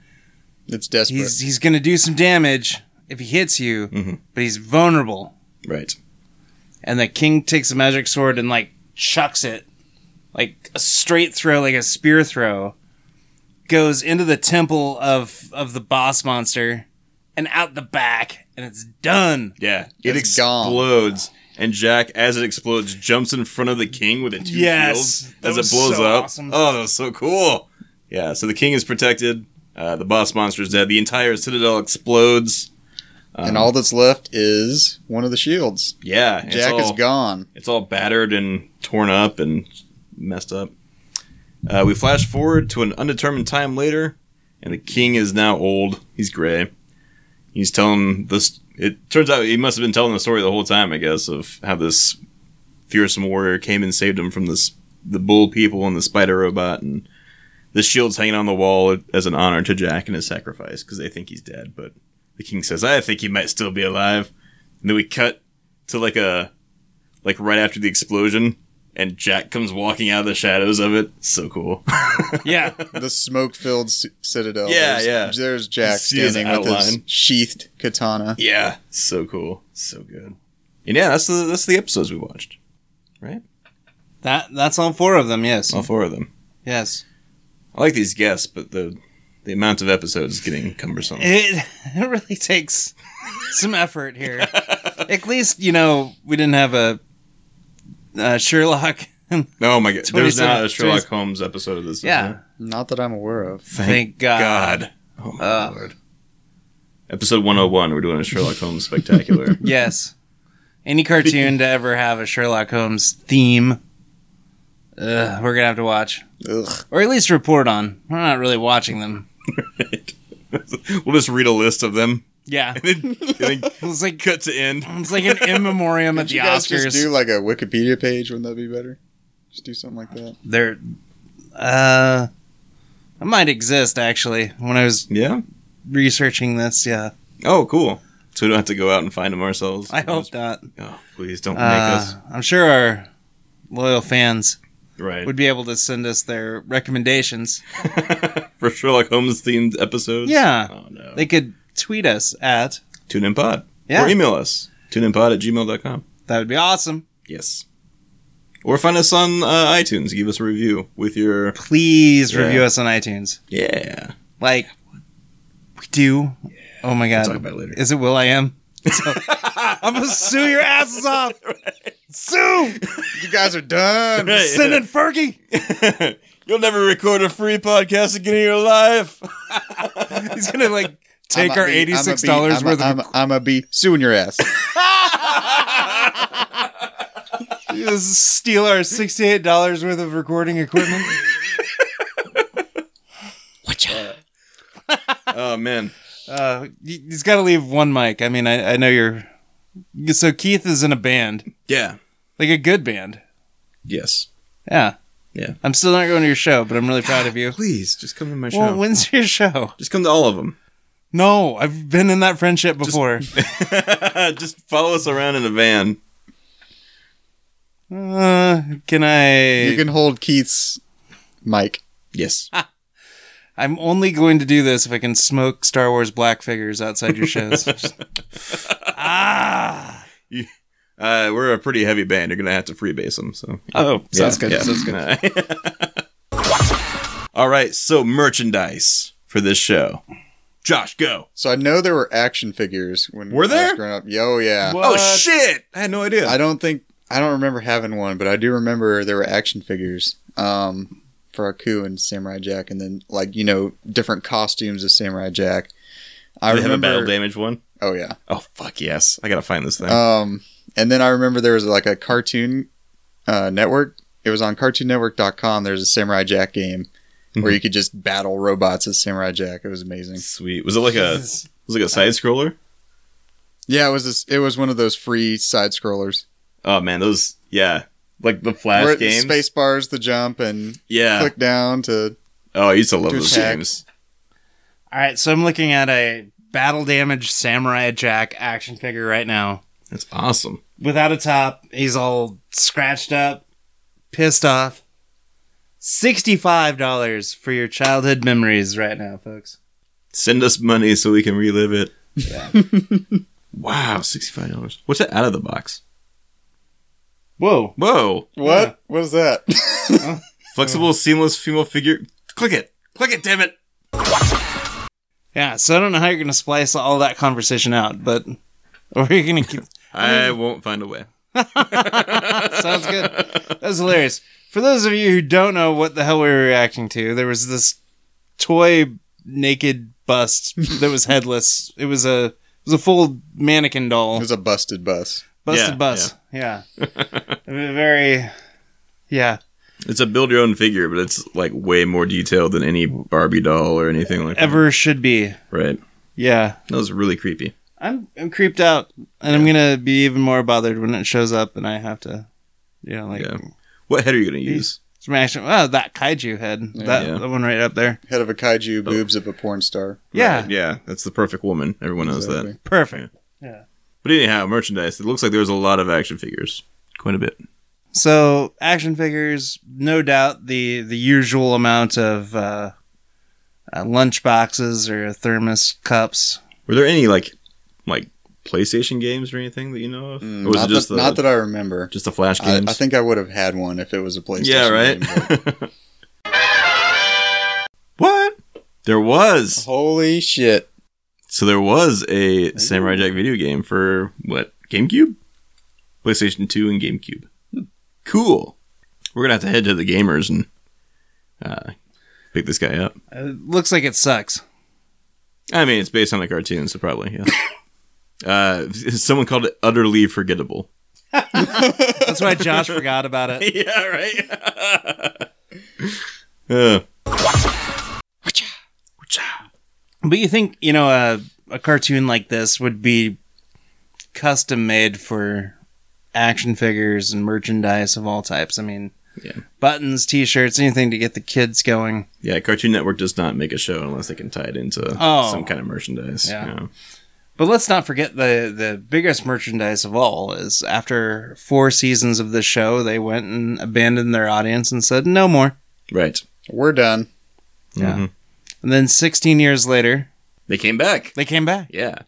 It's desperate.
he's he's gonna do some damage if he hits you,
Mhm.
but he's vulnerable.
Right.
And the king takes a magic sword and like chucks it, like a straight throw, like a spear throw, goes into the temple of of the boss monster, and out the back, and it's done.
Yeah, it
It's gone.
explodes, and Jack, as it explodes, jumps in front of the king with a two
Yes,
shields
that
as
was
it blows
so
up.
awesome.
Oh, that was so cool! Yeah, so the king is protected. Uh, the boss monster is dead. The entire citadel explodes.
and all that's left is one of the shields.
Yeah, it's
Jack is
all-
gone.
It's all battered and torn up and messed up. Uh, we flash forward to an undetermined time later, and the king is now old. He's gray. He's telling this. It turns out he must have been telling the story the whole time, I guess, of how this fearsome warrior came and saved him from this the bull people and the spider robot, and the shield's hanging on the wall as an honor to Jack and his sacrifice because they think he's dead. But the king says, "I think he might still be alive." And then we cut to like a like right after the explosion, and Jack comes walking out of the shadows of it. So cool.
Yeah,
The smoke-filled c- citadel.
Yeah,
there's,
yeah.
There's Jack
See his
standing with his
outline.
sheathed katana.
yeah, so cool, so good. And yeah, that's the that's the episodes we watched.
that that's all four of them. Yes,
All four of them.
yes.
I like these guests, but the the amount of episodes is getting cumbersome.
It, it really takes some effort here. At least, you know, we didn't have a uh, Sherlock. Thank,
Oh my god, there's
27
not a Sherlock
27
Holmes episode of this. is
Yeah.
there?
Not that I'm aware of.
God.
Oh my
Uh,
lord. Episode 101. We're doing a Sherlock Holmes spectacular.
Yes. Any cartoon to ever have a Sherlock Holmes theme, uh, we're going to have to watch.
Ugh.
Or at least report on. We're not really watching them.
we'll just read a list of them.
Yeah.
and then
It's like,
cut to end.
it's like an in memoriam at
Could
the
you guys
Oscars.
just do like a Wikipedia page? Wouldn't that be better? Just do something like that.
They're. Uh, I might exist, actually, when I was
Yeah.
researching this. Yeah.
Oh, cool. So we don't have to go out and find them ourselves.
I hope not.
Oh, please don't make
Uh,
us.
I'm sure our loyal fans
Right.
would be able to send us their recommendations.
For Sherlock Holmes themed episodes?
Yeah.
Oh, no.
They could tweet us at.
Tune in pod.
Yeah.
Or email us. Tuneinpod at gmail.com.
That would be awesome.
Yes. Or find us on uh, iTunes. Give us a review with your.
Please
Yeah.
review us on iTunes.
Yeah.
Like we do. Oh my god.
talk about it later.
Is it Will I am? So- I'm gonna sue your asses off. Sue!
You guys are done.
Right.
Send in Fergie!
You'll never record a free podcast again in your life.
He's gonna like take
I'ma
our
be- I'ma
$86
be-
dollars
I'ma-
worth of
I'ma- I'ma be suing your ass.
steal our sixty-eight dollars worth of recording equipment.
oh, man.
Uh, y- he's got to leave one mic. I mean, I, I know you're. So Keith is in a band,
Yeah.
like a good band.
Yes.
Yeah,
Yeah.
I'm still not going to your show, but I'm really proud of you.
Please, just come to my show.
Well, when's your show?
just come to all of them.
No, I've been in that friendship before.
just follow us around in a van.
Uh, can I?
You can hold Keith's mic.
Yes.
I'm only going to do this if I can smoke Star Wars black figures outside your shows. ah,
Uh, we're a pretty heavy band. You're gonna have to freebase them. So
Oh, sounds good.
Yeah.
Sounds good.
All right. So merchandise for this show. Josh, go.
So I know there were action figures when
Were
I was
there?
growing up. Yo, yeah.
Oh shit! I had no idea.
I don't think I don't remember having one, but I do remember there were action figures um, for Aku and Samurai Jack, and then like you know different costumes of Samurai Jack. I
Did they have a
remember.
battle damage one.
Oh yeah.
Oh fuck yes! I gotta find this thing.
Um, and then I remember there was like a cartoon uh, network. It was on CartoonNetwork.com. There's a Samurai Jack game
Mm-hmm.
where you could just battle robots as Samurai Jack. It was amazing.
Sweet. Was it like a was it like a side scroller?
Yeah, it was this. It was one of those free side scrollers.
Oh man, those yeah, like the Flash
Where the
games. Oh.
space bars, the jump, and
yeah.
click down to.
Oh, I used to love
to
those
attack.
games.
All right, so I'm looking at a battle damage Samurai Jack action figure right now.
That's awesome.
Without a top, he's all scratched up, pissed off. $65 for your childhood memories right now, folks.
Send us money so we can relive it. wow, sixty five dollars. What's that out of the box?
Whoa.
Whoa,
What? What is that?
flexible, seamless female figure. Click it. Click it. Damn it.
Yeah, so I don't know how you're going to splice all that conversation out, but. Or you're going to keep.
I won't find a way.
Sounds good. That was hilarious. For those of you who don't know what the hell we were reacting to, there was this toy naked bust that was headless. It was a it was a full mannequin
it
doll.
was a busted bus.
Busted
Yeah,
bus. Yeah. I mean, very Yeah.
It's a build your own figure, but it's like way more detailed than any Barbie doll or anything like
Ever should be.
that. Right.
Yeah.
That was really creepy.
I'm I'm creeped out and I'm gonna be even more bothered when it shows up and I have to you know, like
Yeah. What head are you gonna use?
smash it. Oh, that kaiju head. that
Yeah.
that one right up there.
Head of a kaiju, boobs of a porn star.
Yeah.
Right, yeah. That's the perfect woman. Everyone knows that.
Exactly.
Perfect.
But anyhow, merchandise. It looks like there was a lot of action figures. Quite a bit.
So action figures, no doubt the the usual amount of uh, uh, lunch boxes or thermos cups.
Were there any like like PlayStation games or anything that you know of?
Mm,
or was
not,
it just
that,
the
not that I remember.
just the Flash
I,
games?
I think I would have had one if it was a PlayStation.
yeah, right.
game, but-
what? There was.
Holy shit!
So there was a Samurai Jack video game for what? GameCube? PlayStation 2 and GameCube.
Hmm.
Cool. We're going to have to head to the gamers and uh, pick this guy up.
Uh, looks like it sucks.
I mean, it's based on the cartoon, so probably, yeah. uh, someone called it utterly forgettable.
That's why Josh forgot about it.
yeah, right. uh,
But you think you know a a cartoon like this would be custom made for action figures and merchandise of all types. I mean,
Yeah.
buttons, t-shirts, anything to get the kids going.
yeah, Cartoon Network does not make a show unless they can tie it into
Oh.
some kind of merchandise.
Yeah.
you know.
But let's not forget the the biggest merchandise of all is after four seasons of the show, they went and abandoned their audience and said no more.
Right.
We're done.
Yeah.
Mhm.
And then 16 years later,
They came back.
they came back.
Yeah.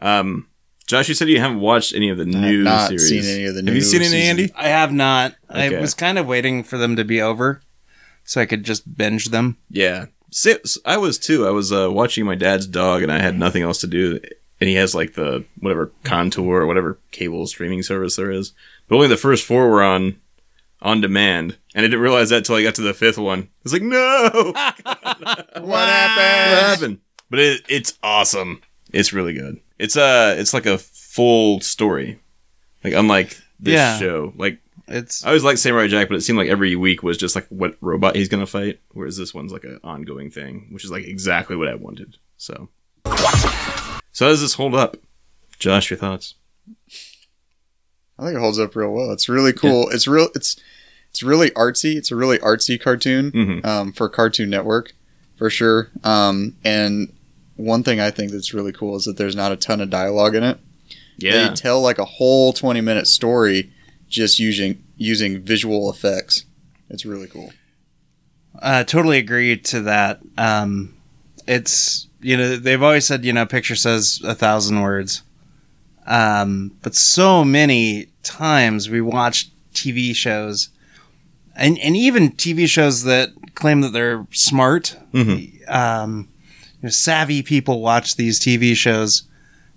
Um, Josh, you said you haven't watched any of the
have
new
not
series.
seen any of the
Have
new
you seen any,
season.
Andy?
I have not. I
Okay.
was kind of waiting for them to be over so I could just binge them.
Yeah. Si- I was too. I was uh, watching my dad's dog, and I had nothing else to do. And he has like the whatever contour or whatever cable streaming service there is. But only the first four were on on demand, and I didn't realize that until I got to the fifth one. I was like, no, what
What happened?
happened? But it, it's awesome. It's really good. It's uh, it's like a full story, like unlike this
Yeah.
show. Like
It's
I always liked Samurai Jack, but it seemed like every week was just like what robot he's gonna fight. Whereas this one's like an ongoing thing, which is like exactly what I wanted. So, so how does this hold up, Josh? Your thoughts?
I think it holds up real well. It's really cool. It's real. It's it's really artsy. It's a really artsy cartoon
Mhm.
um, for Cartoon Network for sure. Um, and one thing I think that's really cool is that there's not a ton of dialogue in it. They tell like a whole 20 minute story just using using visual effects. It's really cool.
uh, totally agree to that. Um, it's you know they've always said you know a picture says a thousand words, um, but so many times we watch TV shows, and and even TV shows that claim that they're smart.
Mm-hmm.
Um, you know, savvy people watch these TV shows,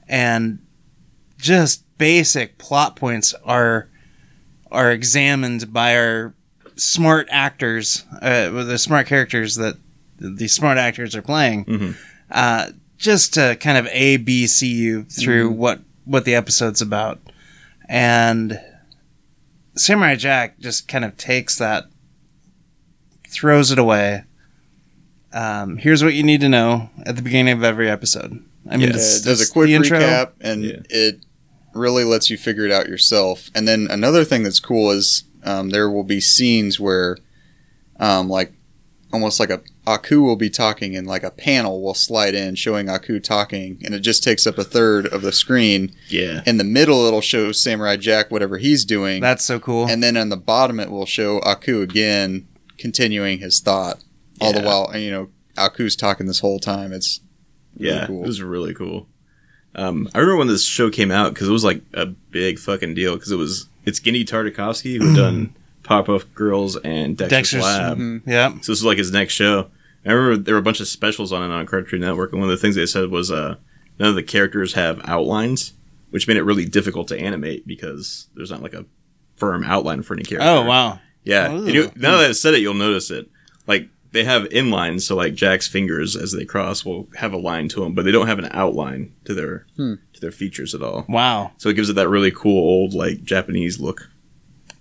and just basic plot points are are examined by our smart actors, uh, with the smart characters that the smart actors are playing,
Mm-hmm.
uh, just to kind of A B C you through
Mm-hmm.
what what the episode's about, and Samurai Jack just kind of takes that, throws it away. Um, here's what you need to know at the beginning of every episode. I mean,
Yeah,
it's-
it does
it's
a quick
the intro.
recap and
Yeah.
it really lets you figure it out yourself and then another thing that's cool is um, there will be scenes where um, like almost like a aku will be talking and like a panel will slide in showing aku talking and it just takes up a third of the screen
Yeah.
in the middle it'll show samurai jack whatever he's doing
That's so cool.
and then on the bottom it will show aku again continuing his thought all the
Yeah.
while and you know aku's talking this whole time it's really
Yeah,
cool.
it was really cool. Um, I remember when this show came out because it was like a big fucking deal because it was it's Guinea Tartakovsky who had done Pop Up Girls and Dexter's,
Dexter's-
mm-hmm.
Lab.
yeah.
So this was like his next show. I remember there were a bunch of specials on it on Cartoon Network, and one of the things they said was uh, none of the characters have outlines, which made it really difficult to animate because there's not like a firm outline for any character.
Oh wow.
Yeah.
Ooh.
And
Oh.
you- now that I said it, you'll notice it. Like they have inlines, so like Jack's fingers as they cross will have a line to them, but they don't have an outline to their
Hmm.
to their features at all.
Wow.
So it gives it that really cool old like Japanese look.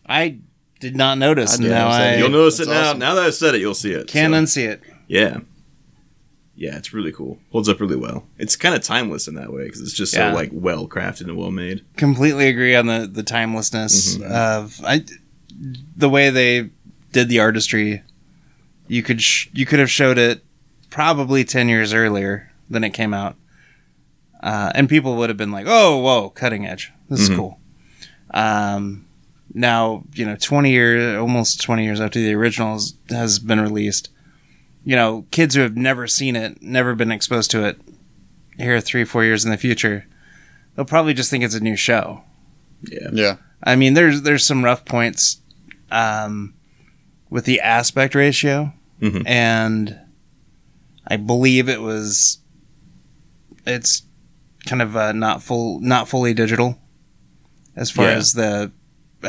I did not notice.
I did
now
notice
I
that. Hey,
you'll notice it
that's
now.
awesome.
Now that I said it, you'll see it.
can
So,
unsee it.
yeah. Yeah, it's really cool. Holds up really well. It's kind of timeless in that way because it's just
Yeah.
so like well crafted and well made.
Completely agree on the the timelessness of I the way they did the artistry. You could sh- you could have showed it probably ten years earlier than it came out, uh, and people would have been like, "Oh, whoa, cutting edge! This is cool." Um, now you know, twenty years, almost twenty years after the original has- has been released, you know, kids who have never seen it, never been exposed to it, here three, four years in the future, they'll probably just think it's a new show.
yeah
I mean, there's there's some rough points um, with the aspect ratio,
Mhm.
and I believe it was it's kind of uh, not full, not fully digital as far
Yeah.
as the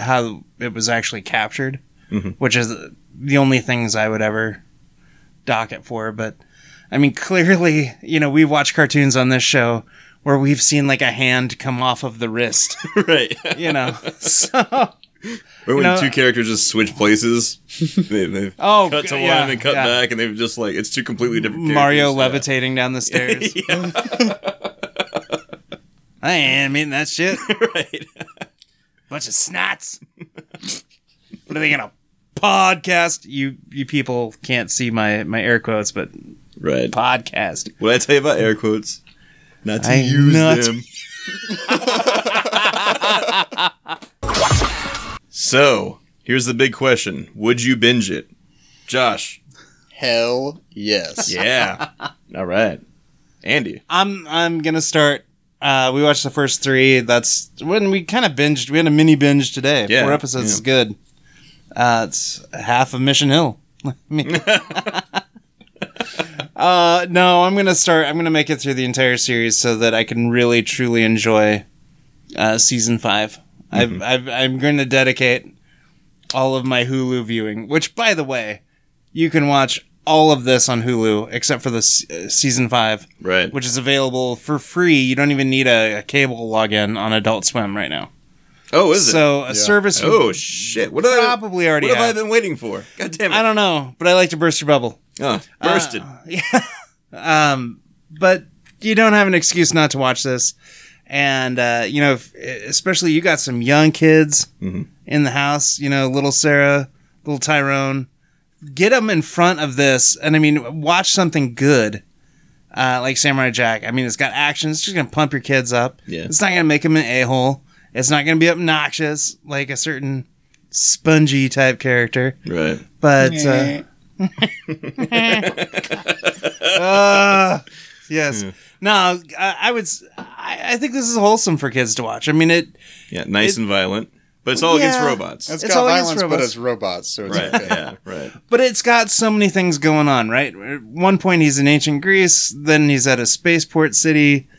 how it was actually captured,
Mhm.
which is the only things I would ever dock it for. But I mean, clearly, you know, we watch cartoons on this show where we've seen like a hand come off of the wrist,
right.
you know, so.
Or when
know-
two characters just switch places, they, they've
Oh,
cut to
g-
one
yeah,
and then cut
yeah.
back, and they've just like it's two completely different.
Mario
characters.
levitating down the stairs. I ain't meeting that shit.
Yeah. right.
Bunch of snats. what are they gonna podcast? You you people can't see my my air quotes, but
Right.
podcast.
What did I tell you about air quotes? Not to
I
use
not-
them. so here's the big question: Would you binge it, Josh?
Hell yes.
Yeah. All right, Andy.
I'm I'm gonna start. Uh, we watched the first three. That's when we kind of binged. We had a mini binge today.
Yeah,
Four episodes
yeah.
is good. Uh, it's half of Mission Hill. I mean- uh, no, I'm gonna start. I'm gonna make it through the entire series so that I can really truly enjoy uh, season 5 i
Mm-hmm.
I've, I've I'm gonna dedicate all of my Hulu viewing. Which, by the way, you can watch all of this on Hulu except for the s- uh, season five
Right.
which is available for free. You don't even need a, a cable login on Adult Swim right now.
Oh, is it?
so a service you
Oh shit! What did I?
probably already
What have I
have.
been waiting for? God damn it!
I don't Uh, know, but I like to burst your bubble.
Oh, bursted.
Um, but you don't have an excuse not to watch this. And uh, you know, if, especially you got some young kids
Mm-hmm.
in the house. You know, little Sarah, little Tyrone. Get them in front of this, and I mean, watch something good. Uh, like Samurai Jack. I mean, it's got action. It's just gonna pump your kids up.
Yeah.
It's not gonna make them an a hole. It's not gonna be obnoxious like a certain spongy type character.
right.
But uh, Uh, yes.
Yeah.
No, I, I would. s- I, I think this is wholesome for kids to watch. I mean, it.
Yeah, nice and violent, but it's all against
Yeah.
robots.
It's,
It's
got
all against
violence, but
robots.
it's robots, so it's
right.
okay.
Yeah. Right.
But it's got so many things going on, right? At one point he's in ancient Greece, then he's at a spaceport city.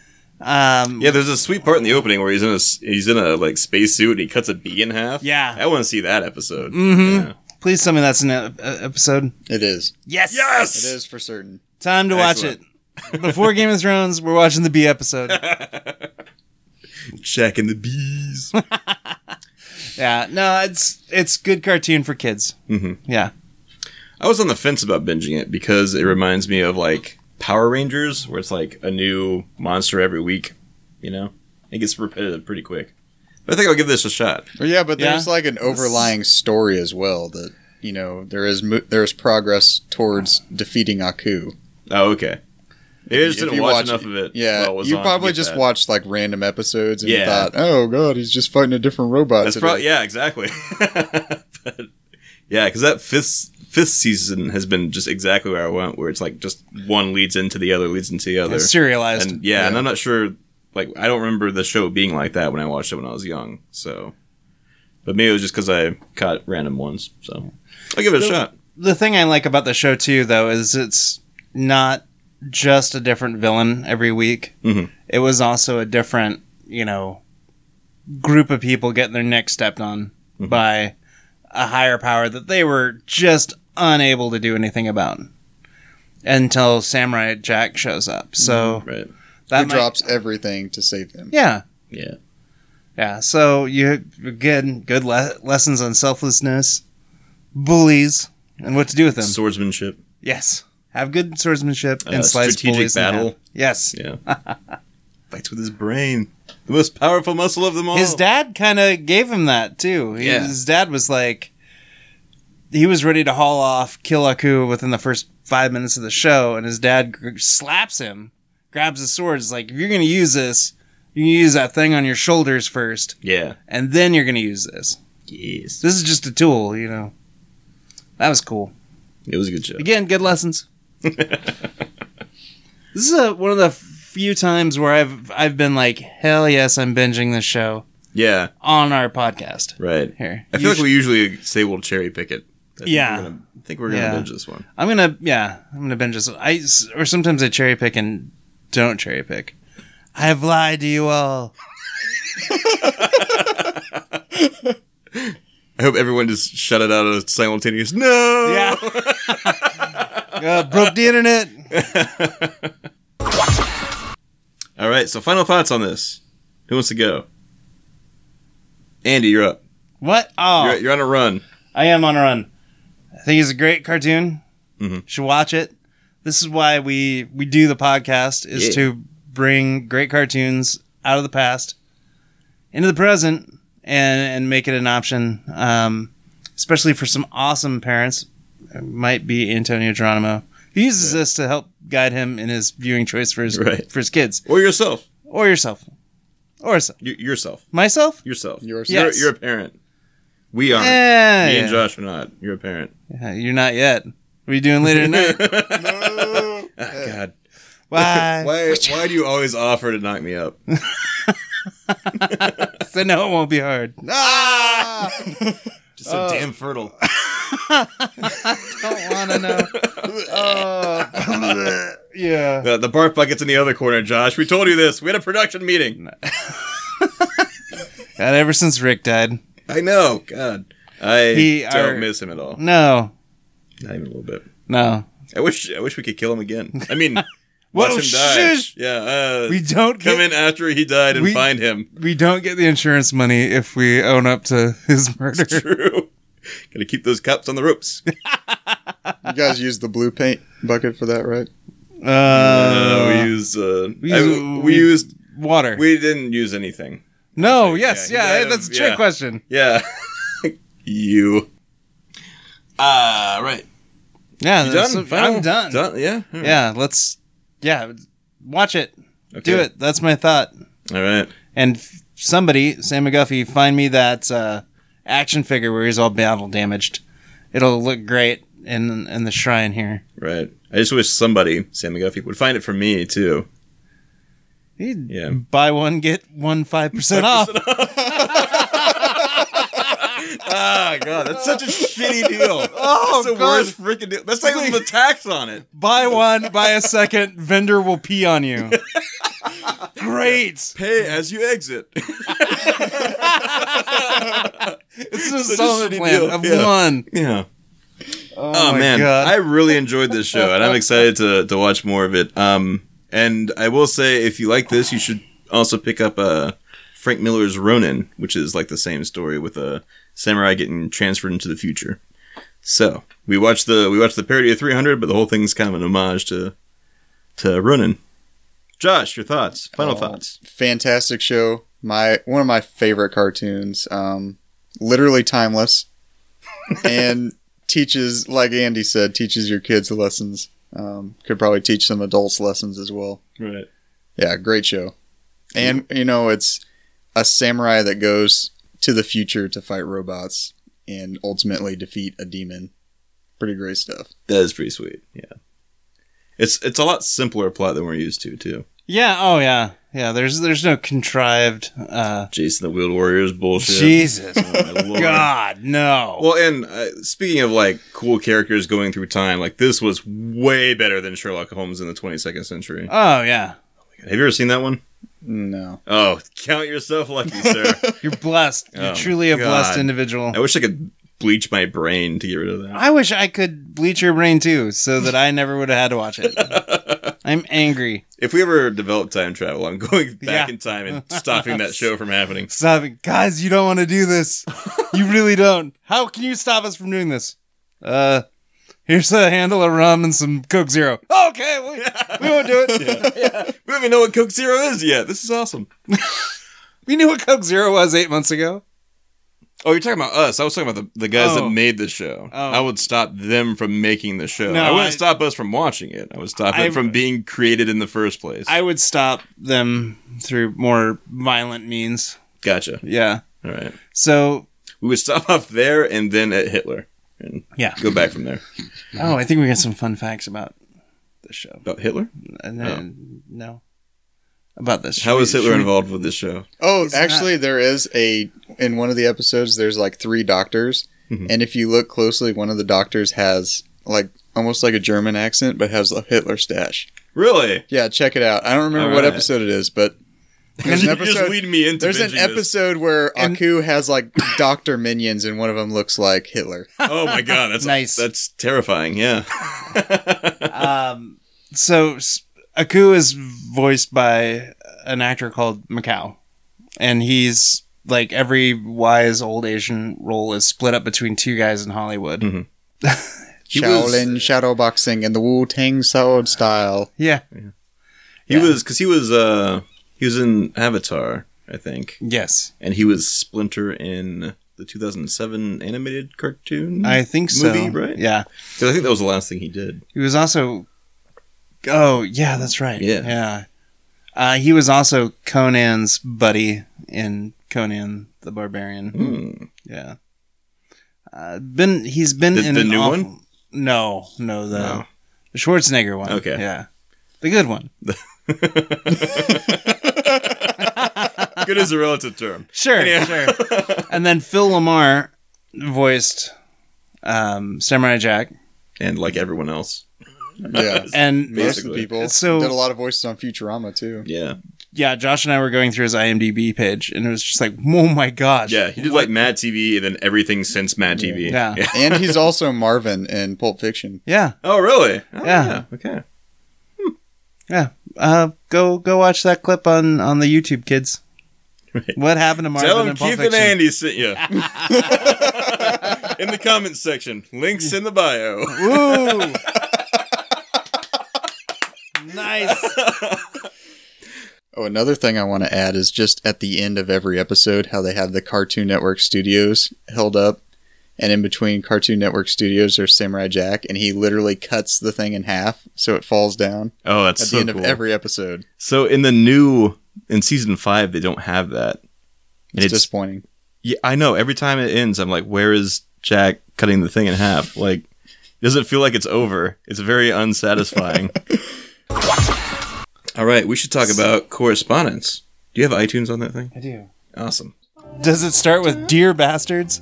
Um,
Yeah. There's a sweet part in the opening where he's in a s- he's in a like spacesuit and he cuts a bee in half.
Yeah.
I want to see that episode.
Mhm.
Yeah.
Please tell me that's an e- e- episode.
It is.
Yes.
Yes.
It is for certain.
Time to watch
Excellent.
it. Before Game of Thrones, we're watching the B episode.
Jack and the bees.
Yeah. No, it's it's good cartoon for kids.
Mhm.
Yeah.
I was on the fence about binging it because it reminds me of like Power Rangers, where it's like a new monster every week. You know, it gets repetitive pretty quick. But I think I'll give this a shot.
Well, yeah, but
Yeah.
there's like an overlying story as well that you know there is mo- there is progress towards defeating Aku.
Oh, okay. Maybe I just
If
didn't
you
watch,
watch-
enough of it.
Yeah,
while it was
you
on to
probably
get
just
that.
watched like random episodes and
Yeah.
thought, "Oh god, he's just fighting a different robot."
That's
today."
probably yeah, exactly. but, yeah, because that fifth fifth season has been just exactly where I went, where it's like just one leads into the other, leads into the other,
It's serialized.
and yeah, and
Yeah.
I'm not sure. Like I don't remember the show being like that when I watched it when I was young. So, but maybe it was just because I caught random ones. So I'll give it a
So-
shot.
the thing I like about the show too, though, is it's not just a different villain every week.
Mhm.
It was also a different, you know, group of people getting their neck stepped on by a higher power that they were just unable to do anything about until Samurai Jack shows up. So
Right?
that
Who
might-
Mm-hmm. drops everything to save them.
yeah.
Yeah.
Yeah, so you again good le- lessons on selflessness, bullies, and what to do with them.
Swordsmanship.
Yes. Have good swordsmanship
Uh,
and slice
strategic
bullies in
battle.
half. Yes.
Yeah. Fights with his brain, the most powerful muscle of them all.
His dad kind of gave him that too. He-
Yeah.
His dad was like, he was ready to haul off, kill Aku within the first five minutes of the show, and his dad gr- slaps him, grabs his sword, is like, if you're going to use this, you can use that thing on your shoulders first,
Yeah.
and then you're going to use this.
Yes.
This is just a tool, you know. That was cool.
It was a good show.
Again, good lessons. this is a, one of the few times where I've I've been like, hell yes, I'm binging this show
Yeah.
on our podcast.
Right.
Here,
I feel like we usually say we'll cherry pick it. I think
Yeah.
we're gonna- I think we're gonna
Yeah.
binge this one.
I'm gonna yeah, I'm gonna binge this. I s- or sometimes I cherry pick and don't cherry pick. I have lied to you all.
I hope everyone just shut it out of simultaneous. No.
Yeah, uh, broke the internet.
All right. So final thoughts on this. Who wants to go? Andy, you're up.
What? Oh,
You're, you're on a run.
I am on a run. I think it's a great cartoon.
Mhm.
Should watch it. This is why we we do the podcast is
Yeah.
to bring great cartoons out of the past into the present and and make it an option, um, especially for some awesome parents. It might be Antonio Geronimo. who uses this to help guide him in his viewing choice for his
Right.
for his kids
Or yourself.
or yourself or so-
Y- yourself.
myself.
Yourself.
Yourself.
You're,
Yes.
you're a parent. We aren't.
Eh,
Me and Josh are not. You're a parent.
yeah, you're not yet. What are you doing later tonight?
No.
Ah, God.
Why?
Why, why do you always offer to knock me up?
So no, it won't be hard.
Ah!
Just so damn fertile.
Don't want to know. oh, yeah.
The, the barf bucket's in the other corner, Josh. We told you this. We had a production meeting.
God, ever since Rick died,
I know. God. I
He-
don't
our-
miss him at all.
no,
Not even a little bit.
no,
I wish I wish we could kill him again. I mean, watch
Whoa,
him die.
shush.
Yeah, uh,
we don't
come in
get
after he died and
We-
find him.
we don't get the insurance money if we own up to his murder.
True. Gotta keep those cops on the ropes.
you guys used the blue paint bucket for that, right?
Uh, we
Uh,
used uh,
we
I-
used-
we,
we-
used
water.
we didn't use anything.
no, yes,
yeah, he
yeah,
died of-
that's a trick
yeah.
question.
Yeah, you. Ah, right.
Yeah,
You
that's-
done?
I'm done.
Yeah. All right.
Yeah, let's. Yeah, watch it. Do
Okay.
it. That's my thought.
All right.
And f- somebody, Sam McGuffey, find me that uh, action figure where he's all battle damaged. It'll look great. in in the shrine here.
Right. I just wish somebody, Sam McGuffey, would find it for me too.
You'd
Yeah.
Buy one get one five percent off.
Ah, God, that's such a shitty deal.
Oh,
that's the
God.
worst freaking deal. That's not even the tax on it.
Buy one, buy a second. Vendor will pee on you. Great.
Pay as you exit.
This is a
Such a
solid
shitty
plan
deal.
of
Yeah.
one.
Yeah.
Oh,
Oh,
my
man,
God.
I really enjoyed this show, and I'm excited to to watch more of it. Um, and I will say, if you like this, you should also pick up uh Frank Miller's Ronin, which is like the same story with a samurai getting transferred into the future. So we watched the we watched the parody of 300, but the whole thing's kind of an homage to to Ronin. Josh, your thoughts? Final
Oh.
thoughts?
fantastic show. My one of my favorite cartoons. Um, literally timeless, and teaches, like Andy said, teaches your kids lessons. Um, could probably teach some adults lessons as well.
Right.
Yeah, great show. And you know, it's a samurai that goes to the future to fight robots and ultimately defeat a demon. Pretty great stuff.
That is pretty sweet. Yeah. It's it's a lot simpler plot than we're used to too.
yeah. Oh yeah. Yeah. There's there's no contrived. Uh,
Jason the Wheeled Warriors bullshit.
Jesus.
Oh, my lord.
God no.
Well, and uh, speaking of like cool characters going through time, like this was way better than Sherlock Holmes in the 22nd century.
oh yeah.
Have you ever seen that one?
No,
Oh, count yourself lucky, sir.
You're blessed. You're
Oh,
truly a
God.
blessed individual.
I wish I could bleach my brain to get rid of that.
I wish I could bleach your brain too, so that I never would have had to watch it. I'm angry.
If we ever develop time travel, I'm going back
Yeah.
in time and stopping that show from happening.
Stop it. Guys, you don't want to do this. You really don't. How can you stop us from doing this? Uh, here's a handle of rum and some Coke Zero. Okay, we, we won't do it.
We don't even know what Coke Zero is yet. This is awesome.
We knew what Coke Zero was eight months ago.
Oh, you're talking about us. I was talking about the, the guys
Oh.
that made the show.
Oh.
I would stop them from making the show.
No,
I wouldn't
I-
stop us from watching it. I would stop
I-
it from being created in the first place.
I would stop them through more violent means.
gotcha.
Yeah.
All right.
So,
We would stop off there and then at Hitler and
Yeah.
go back from there.
oh, I think we got some fun facts about this show.
About Hitler?
And then, no. About this.
How
Should
was
we-
Hitler
should we-
involved with this show?
Oh,
He's
actually, there is a in one of the episodes. There's like three doctors,
Mhm.
and if you look closely, one of the doctors has like almost like a German accent, but has a Hitler stash.
Really?
Yeah, check it out. I don't remember
All
what
right.
episode it is, but there's an
You're just
episode.
leading me into
There's an
binging this.
episode where
And-
Aku has like doctor minions, and one of them looks like Hitler.
Oh my god, that's
Nice.
That's terrifying. Yeah.
um, so S- Aku is voiced by an actor called Macau, and he's like every wise old Asian role is split up between two guys in Hollywood.
Mhm. He was-
Shaolin shadowboxing and the Wu Tang sword style.
Yeah,
He
Yeah.
was because he was uh he was in Avatar, I think,
yes,
and he was Splinter in the 2007 animated cartoon.
I think so.
Hmm. Movie, right?
Yeah,
'Cause I think that was the last thing he did.
he was also. Oh yeah, that's right.
Yeah.
yeah. Uh, he was also Conan's buddy in Conan the Barbarian.
Hmm.
Yeah. Uh, been he's been
The-
in
the
an
new
awful-
one?
No, no, the,
No.
the Schwarzenegger one.
Okay.
yeah, the good one.
Good is a relative term.
Sure, sure. and then Phil Lamar voiced um, Samurai Jack,
And like everyone else.
Yeah,
and
most of the
Basically.
people.
So-
did a lot of voices on Futurama too.
Yeah.
yeah, Josh and I were going through his IMDb page, and it was just like, oh my gosh,
Yeah, he did like Mad TV and then everything since Mad TV.
Yeah.
and he's also Marvin in Pulp Fiction.
yeah,
Oh, really? Oh,
Yeah.
Okay.
uh, go go watch that clip on on the YouTube, kids.
Right.
What happened to Marvin?
Tell him
in Pulp
Keith and
Fiction?
Andy sent you. in the comments section. Links in the bio.
Ooh. nice.
Oh, another thing I want to add is just at the end of every episode, how they have the Cartoon Network Studios held up. And in between Cartoon Network Studios, there's Samurai Jack, and he literally cuts the thing in half so it falls down
Oh, that's
at the end of every episode.
so in the new in season five, they don't have that.
It's,
It's-
disappointing.
Yeah, I know. Every time it ends, I'm like, where is Jack cutting the thing in half? Like, doesn't feel like it's over. It's very unsatisfying. All right, we should talk about correspondence. Do you have iTunes on that thing?
I do.
Awesome.
Does it start with "Dear Bastards"?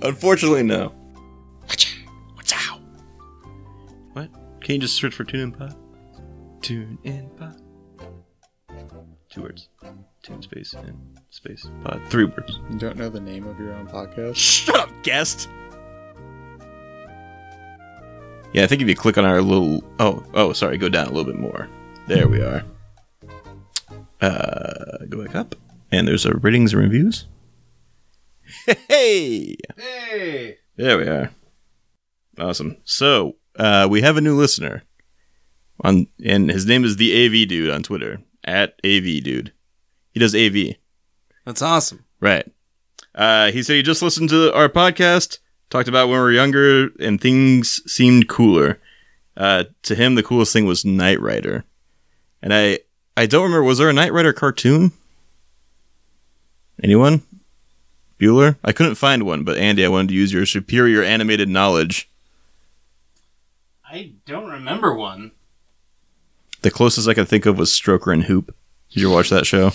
Unfortunately, no. What? Can you just search for Tune In Pod? Tune In Pod. Two words. Tune space in space pod. Three words.
You don't know the name of your own podcast?
Shut up, guest. Yeah, I think if you click on our little oh oh sorry, go down a little bit more. There we are. Uh, go back up, and there's our ratings and reviews. Hey.
Hey.
There we are. Awesome. So uh, we have a new listener, on and his name is the AV Dude on Twitter at AV Dude. He does AV.
That's awesome.
Right. Uh, he said he just listened to our podcast, talked about when we were younger, and things seemed cooler. Uh, to him, the coolest thing was Knight Rider, and I I don't remember was there a Knight Rider cartoon? Anyone? Bueller? I couldn't find one, but Andy, I wanted to use your superior animated knowledge.
I don't remember one.
The closest I could think of was Stroker and Hoop. Did you watch that show?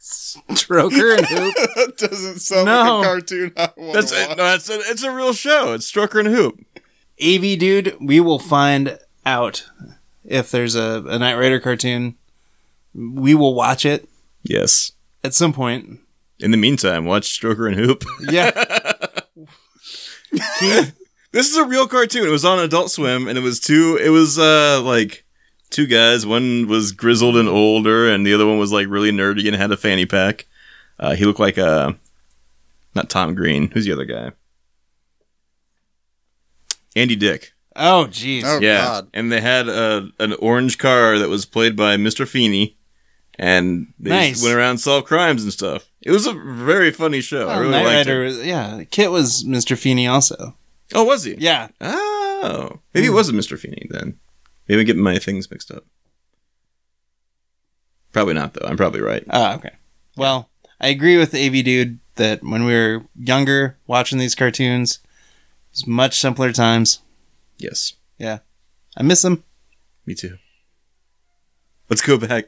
Stroker and Hoop.
that doesn't sound
No.
like a cartoon I want
That's
to
it. No, that's a, it's a real show. It's Stroker and Hoop.
AV dude, we will find out if there's a, a Knight Rider cartoon. We will watch it
Yes.
at some point.
In the meantime, watch Stroker and Hoop.
Yeah.
This is a real cartoon. It was on Adult Swim, and it was two. It was uh like two guys. One was grizzled and older, and the other one was like really nerdy and had a fanny pack. Uh, he looked like uh, not Tom Green. Who's the other guy? Andy Dick.
Oh, jeez.
Oh,
yeah,
God.
and they had a, an orange car that was played by Mr. Feeney, and they
Nice.
went around and solved crimes and stuff. It was a very funny show. I
Oh,
really
Knight
liked
Rider
it.
was- yeah. Kit was Mr. Feeney also.
Oh, was he?
Yeah.
Oh, maybe it
Hmm.
wasn't Mr. Feeney then. Maybe I'm getting my things mixed up. Probably not though. I'm probably right.
Ah, okay. Well, I agree with AV dude that when we were younger watching these cartoons, it was much simpler times.
Yes,
I miss them.
me too. Let's go back.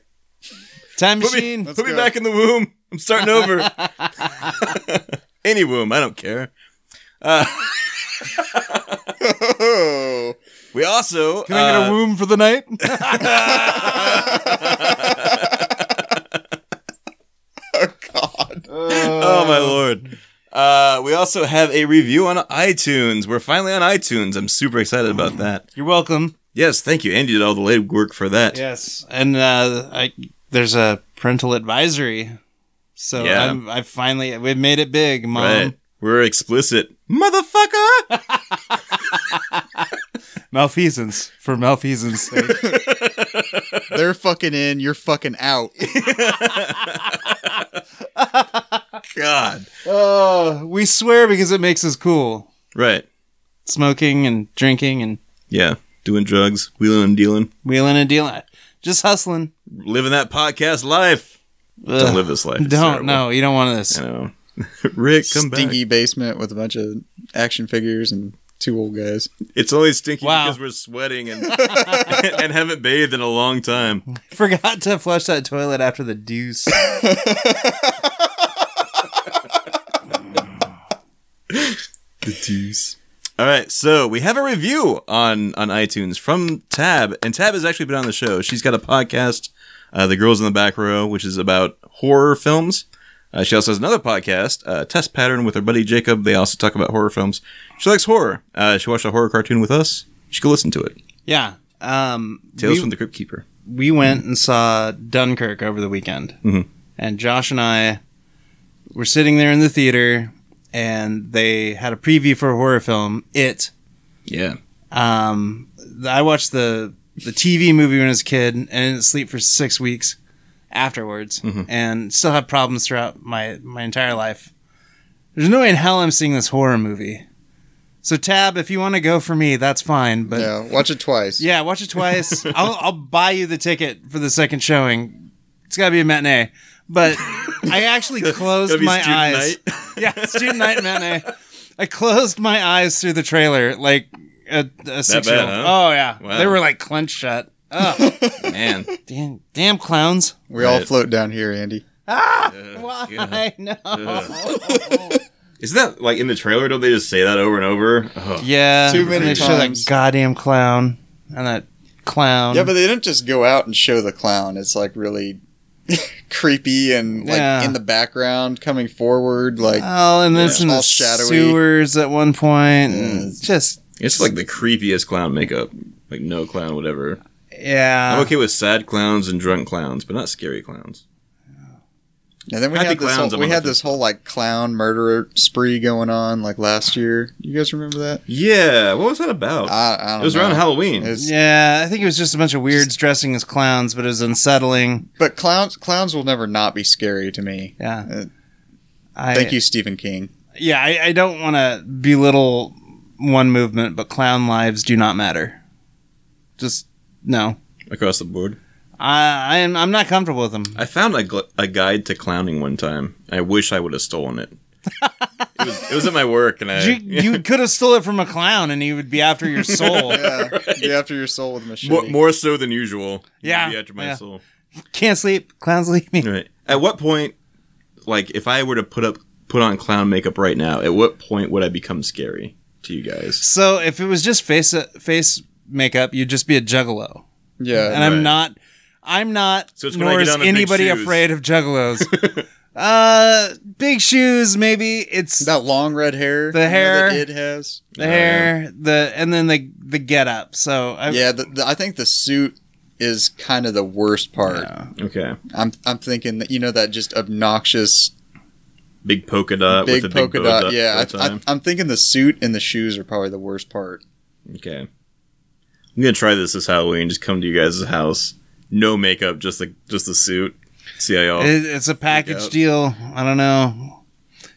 Time
Put
machine.
me,
Let's
put me
go.
back in the womb. I'm starting over. Any womb, I don't care. Uh,
Oh.
we also
Can I get a
uh,
womb for the night?
oh,
Uh.
God.
Oh my lord. Uh, we also have a review on iTunes. We're finally on iTunes. I'm super excited about that.
You're welcome.
Yes, thank you. Andy did all the legwork for that.
Yes, and uh, I there's a parental advisory, so
Yeah.
I'm, I finally we've made it big, mom.
Right. We're explicit. Motherfucker!
Malfeasance for malfeasance sake.
They're fucking in. You're fucking out.
God.
uh, we swear because it makes us cool.
Right.
Smoking and drinking and
Yeah. Doing drugs, wheeling and dealing,
wheeling and dealing, just hustling.
living that podcast life.
Ugh.
Don't live this life. It's
Don't
terrible.
no, you don't want this.
I know. Rick, come
Stinky basement with a bunch of action figures and two old guys.
back. It's only stinky
Wow.
because we're sweating and and haven't bathed in a long time.
Forgot to flush that toilet after the deuce.
The deuce. All right, so we have a review on on iTunes from Tab, and Tab has actually been on the show. She's got a podcast, uh, "The Girls in the Back Row," which is about horror films. Uh, she also has another podcast, uh, Test Pattern, with her buddy Jacob. They also talk about horror films. She likes horror. Uh, she watched a horror cartoon with us. She could listen to it.
yeah. Um,
Tales
we-
from the Crypt Keeper.
we went and saw Dunkirk over the weekend,
Mhm.
and Josh and I were sitting there in the theater, and they had a preview for a horror film, It.
Yeah,
Um, th- I watched the the TV movie when I was a kid, and I didn't sleep for six weeks afterwards, and still have problems throughout my my entire life. There's no way in hell I'm seeing this horror movie. So Tab, if you want to go for me, that's fine. But
Yeah, watch it twice.
yeah, watch it twice. I'll, I'll buy you the ticket for the second showing. It's got to be a matinee. But I actually closed
Gotta be
my
student
eyes.
night.
Yeah, student night matinee. I closed my eyes through the trailer like a, a six year old.
bad, huh?
Oh yeah,
Wow.
they were like clenched shut. Oh,
Man.
damn, damn clowns!
We all
Right.
float down here, Andy.
Ah,
Ugh,
why?
yeah.
No.
Isn't that like in the trailer? Don't they just say that over and over? Ugh.
yeah,
Too
and
many
they show that
times.
goddamn clown and that clown.
Yeah, but they didn't just go out and show the clown. It's like really creepy and like
Yeah.
in the background, coming forward. Like
Uh,
oh, and then
Yeah.
it's in the
All shadowy.
sewers at one point. and
Mm.
Just
It's like the creepiest clown makeup. Like no clown would ever.
yeah.
I'm okay with sad clowns and drunk clowns, but not scary clowns.
and then we
Happy
had this
clowns,
whole,
I'm
we
on
had
the
this whole like clown murderer spree going on like last year. You guys remember that?
Yeah, what was that about?
I, I don't
Oh. it was
know.
around Halloween.
It's-
Yeah, I think it was just a bunch of weirds dressing as clowns, but it was unsettling.
But clowns clowns will never not be scary to me.
Yeah.
Uh,
I,
Thank you, Stephen King.
Yeah, I, I don't want to belittle one movement, but clown lives do not matter. Just no.
Across the board.
I I am I'm not comfortable with them.
I found a, gl- a guide to clowning one time. I wish I would have stolen it. it, was, it was at my work,
Uh,
and I.
You, you could have stole it from a clown, and he would be after your soul.
Yeah, be after your soul with a machete.
more, more so than usual.
Yeah,
Be after my
yeah.
soul.
Can't sleep. Clowns leave me.
Right. At what point, like, if I were to put up put on clown makeup right now, at what point would I become scary to you guys?
So if it was just face face makeup, you'd just be a juggalo,
yeah,
and I'm
Right.
not. I'm not.
So it's when I
nor
get
is
on the big
anybody
shoes.
afraid of juggalos. uh, big shoes. Maybe it's
that long red hair,
The
you know,
hair.
that it has.
the hair, the and then the the get up. So I,
Yeah, the, the, I think the suit is kind of the worst part.
Okay.
I'm I'm thinking that you know that just obnoxious
Big polka dot
big
Uh, with a
polka
big bow
dot. Yeah,
full
I, I,
time.
I'm thinking the suit and the shoes are probably the worst part.
Okay. I'm gonna try this this Halloween. Just come to you guys' house, no makeup, just the just the suit. See how y'all.
It, it's a package
out.
deal. I don't know.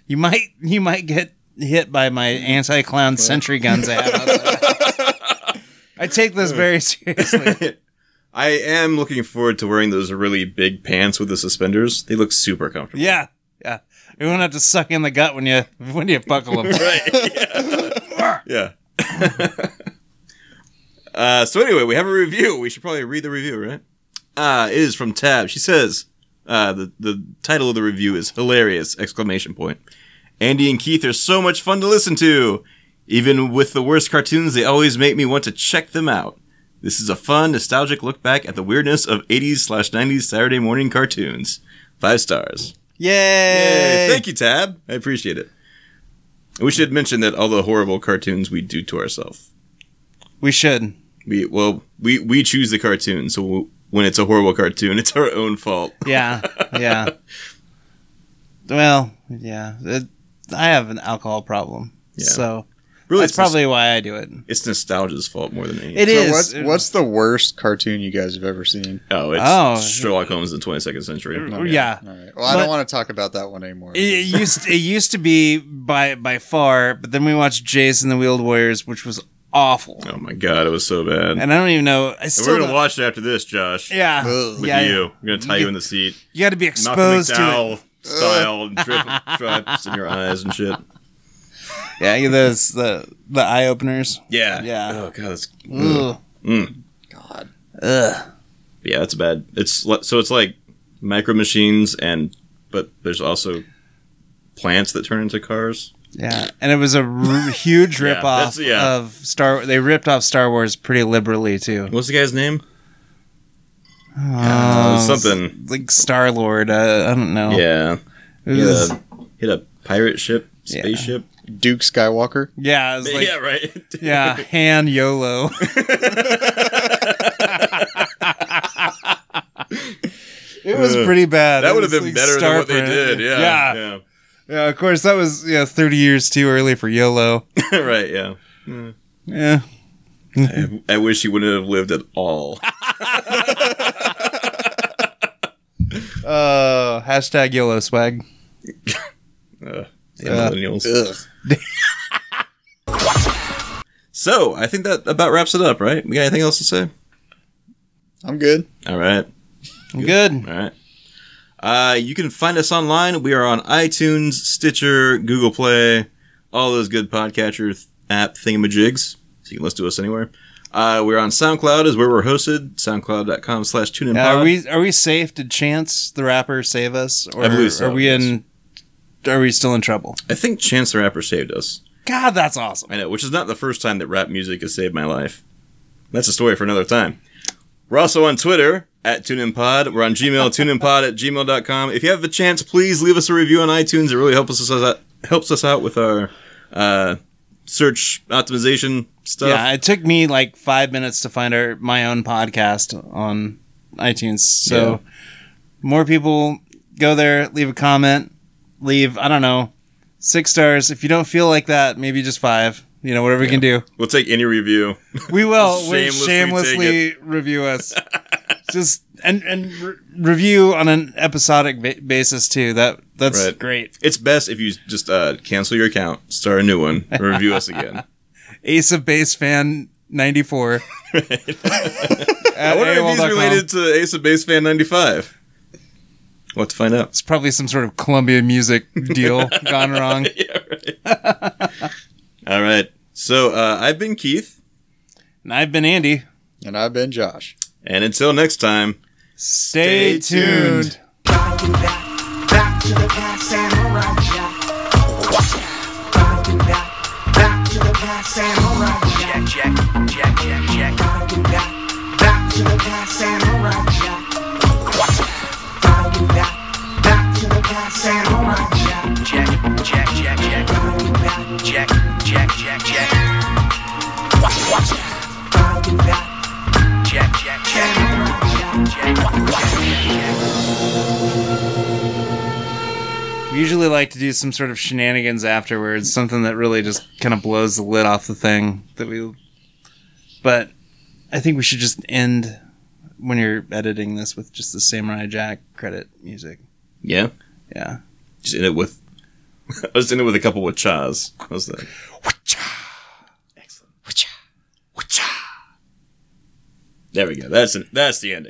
You might you might get hit by my anti clown sentry guns I have. outside. I take this very seriously.
I am looking forward to wearing those really big pants with the suspenders. They look super comfortable.
Yeah, yeah. You won't have to suck in the gut when you when you buckle them.
Yeah. uh, so anyway, we have a review. We should probably read the review, right? Uh, it is from Tab. She says, uh, the, the title of the review is hilarious, exclamation point. Andy and Keith are so much fun to listen to. Even with the worst cartoons, they always make me want to check them out. This is a fun, nostalgic look back at the weirdness of 80s slash 90s Saturday morning cartoons. Five stars.
Yay!
Yay. Thank you, Tab. I appreciate it. We should mention that all the horrible cartoons we do to ourselves.
We should.
We well, we we choose the cartoon, so w when it's a horrible cartoon, it's our own fault.
Yeah, yeah. Well, yeah. It- I have an alcohol problem,
Yeah.
so
Really,
that's
it's, probably
probably why I do it.
it's nostalgia's fault more than anything.
It
So
is.
what's what's the worst cartoon you guys have ever seen?
oh, it's
Oh. Mm,
Sherlock Holmes in the 22nd century.
Uh,
Oh,
yeah.
All right. Well, I
But-
don't want to talk about that one anymore.
It used it used to be by by far, but then we watched Jason and the Wheeled Warriors, which was awful.
Oh my god, it was so bad.
And I don't even know. I still
We're gonna
don't-
watch it after this, Josh.
Yeah,
Ugh.
With
yeah, yeah.
you, we're gonna tie you in the seat.
You got to be
Malcolm
exposed to it.
McDowell style, and drip drops in your eyes and shit.
Yeah, you those the the eye openers.
Yeah.
Yeah.
Oh god, that's
Ugh.
Mm.
God.
Ugh.
Yeah, that's bad. It's li- so it's like micro machines and but there's also plants that turn into cars.
Yeah, and it was a r- huge
Yeah,
rip off
that's- yeah.
of Star. They ripped off Star Wars pretty liberally too.
What's the guy's name?
Oh,
something.
like Star Lord. Uh, I don't know.
Yeah,
It
hit
was-
a, hit a pirate ship,
Yeah.
spaceship.
Duke Skywalker.
yeah, it was like, yeah,
right.
Han Yolo. It was
Ugh.
pretty bad.
That
It
would have
was
been
like
better
star
than what they
print.
did. Yeah,
yeah,
yeah.
Yeah, Of course, that was yeah thirty years too early for YOLO.
right. Yeah.
Yeah,
I, I wish he wouldn't have lived at all.
uh, hashtag YOLO swag.
Ugh,
Yeah.
millennials.
Ugh.
So I think that about wraps it up, right? We got anything else to say?
I'm good.
All right.
I'm good.
All right. Uh, you can find us online. We are on iTunes, Stitcher, Google Play, all those good podcatcher th- app thingamajigs, so you can listen to us anywhere. Uh, we're on SoundCloud is where we're hosted. SoundCloud.com slash tune in
Now, Uh, are we are we safe? Did Chance the Rapper save us, or
I believe so,
are we
yes.
in? Are we still in trouble?
I think Chance the Rapper saved us.
God, that's awesome.
I know, which is not the first time that rap music has saved my life. That's a story for another time. We're also on Twitter at TuneInPod. We're on Gmail, tuneinpod at gmail.com. If you have the chance, please leave us a review on iTunes. It really helps us out, helps us out with our uh, search optimization stuff.
Yeah, it took me like five minutes to find our my own podcast on iTunes. So more people go there, leave a comment, leave I don't know six stars. If you don't feel like that, maybe just five. You know, whatever we can do,
We'll take any review.
we will we
Shamelessly
shamelessly review us. just and and re- review on an episodic ba- basis too. That that's
Right.
great.
It's best if you just uh, cancel your account, start a new one, and review us again.
Ace of Base fan ninety four.
I wonder if he's related to Ace of Base Fan 95. We'll have to find out.
It's probably some sort of Columbia music deal gone wrong.
yeah, right. All right. So uh, I've been Keith,
And I've been Andy.
And I've been Josh.
and until next time.
Stay,
Stay
tuned.
tuned.
Bouncing back, back to the past, samurai jack. Bouncing back, back to the past, samurai jack. Jack, jack, jack, jack. Bouncing back, back to the past, samurai jack. Bouncing back, back to the past, samurai jack. Jack, jack, jack, jack. Bouncing back, jack, jack, jack, jack. Bouncing back, jack, jack, jack. Samurai Jack, jack, jack, jack.
We usually like to do some sort of shenanigans afterwards, something that really just kind of blows the lid off the thing that we. But I think we should just end when you're editing this with just the Samurai Jack credit music.
Yeah.
Yeah.
Just end it with. I just end it with a couple with chas. How's that? Excellent. There we go. That's an, that's the ending.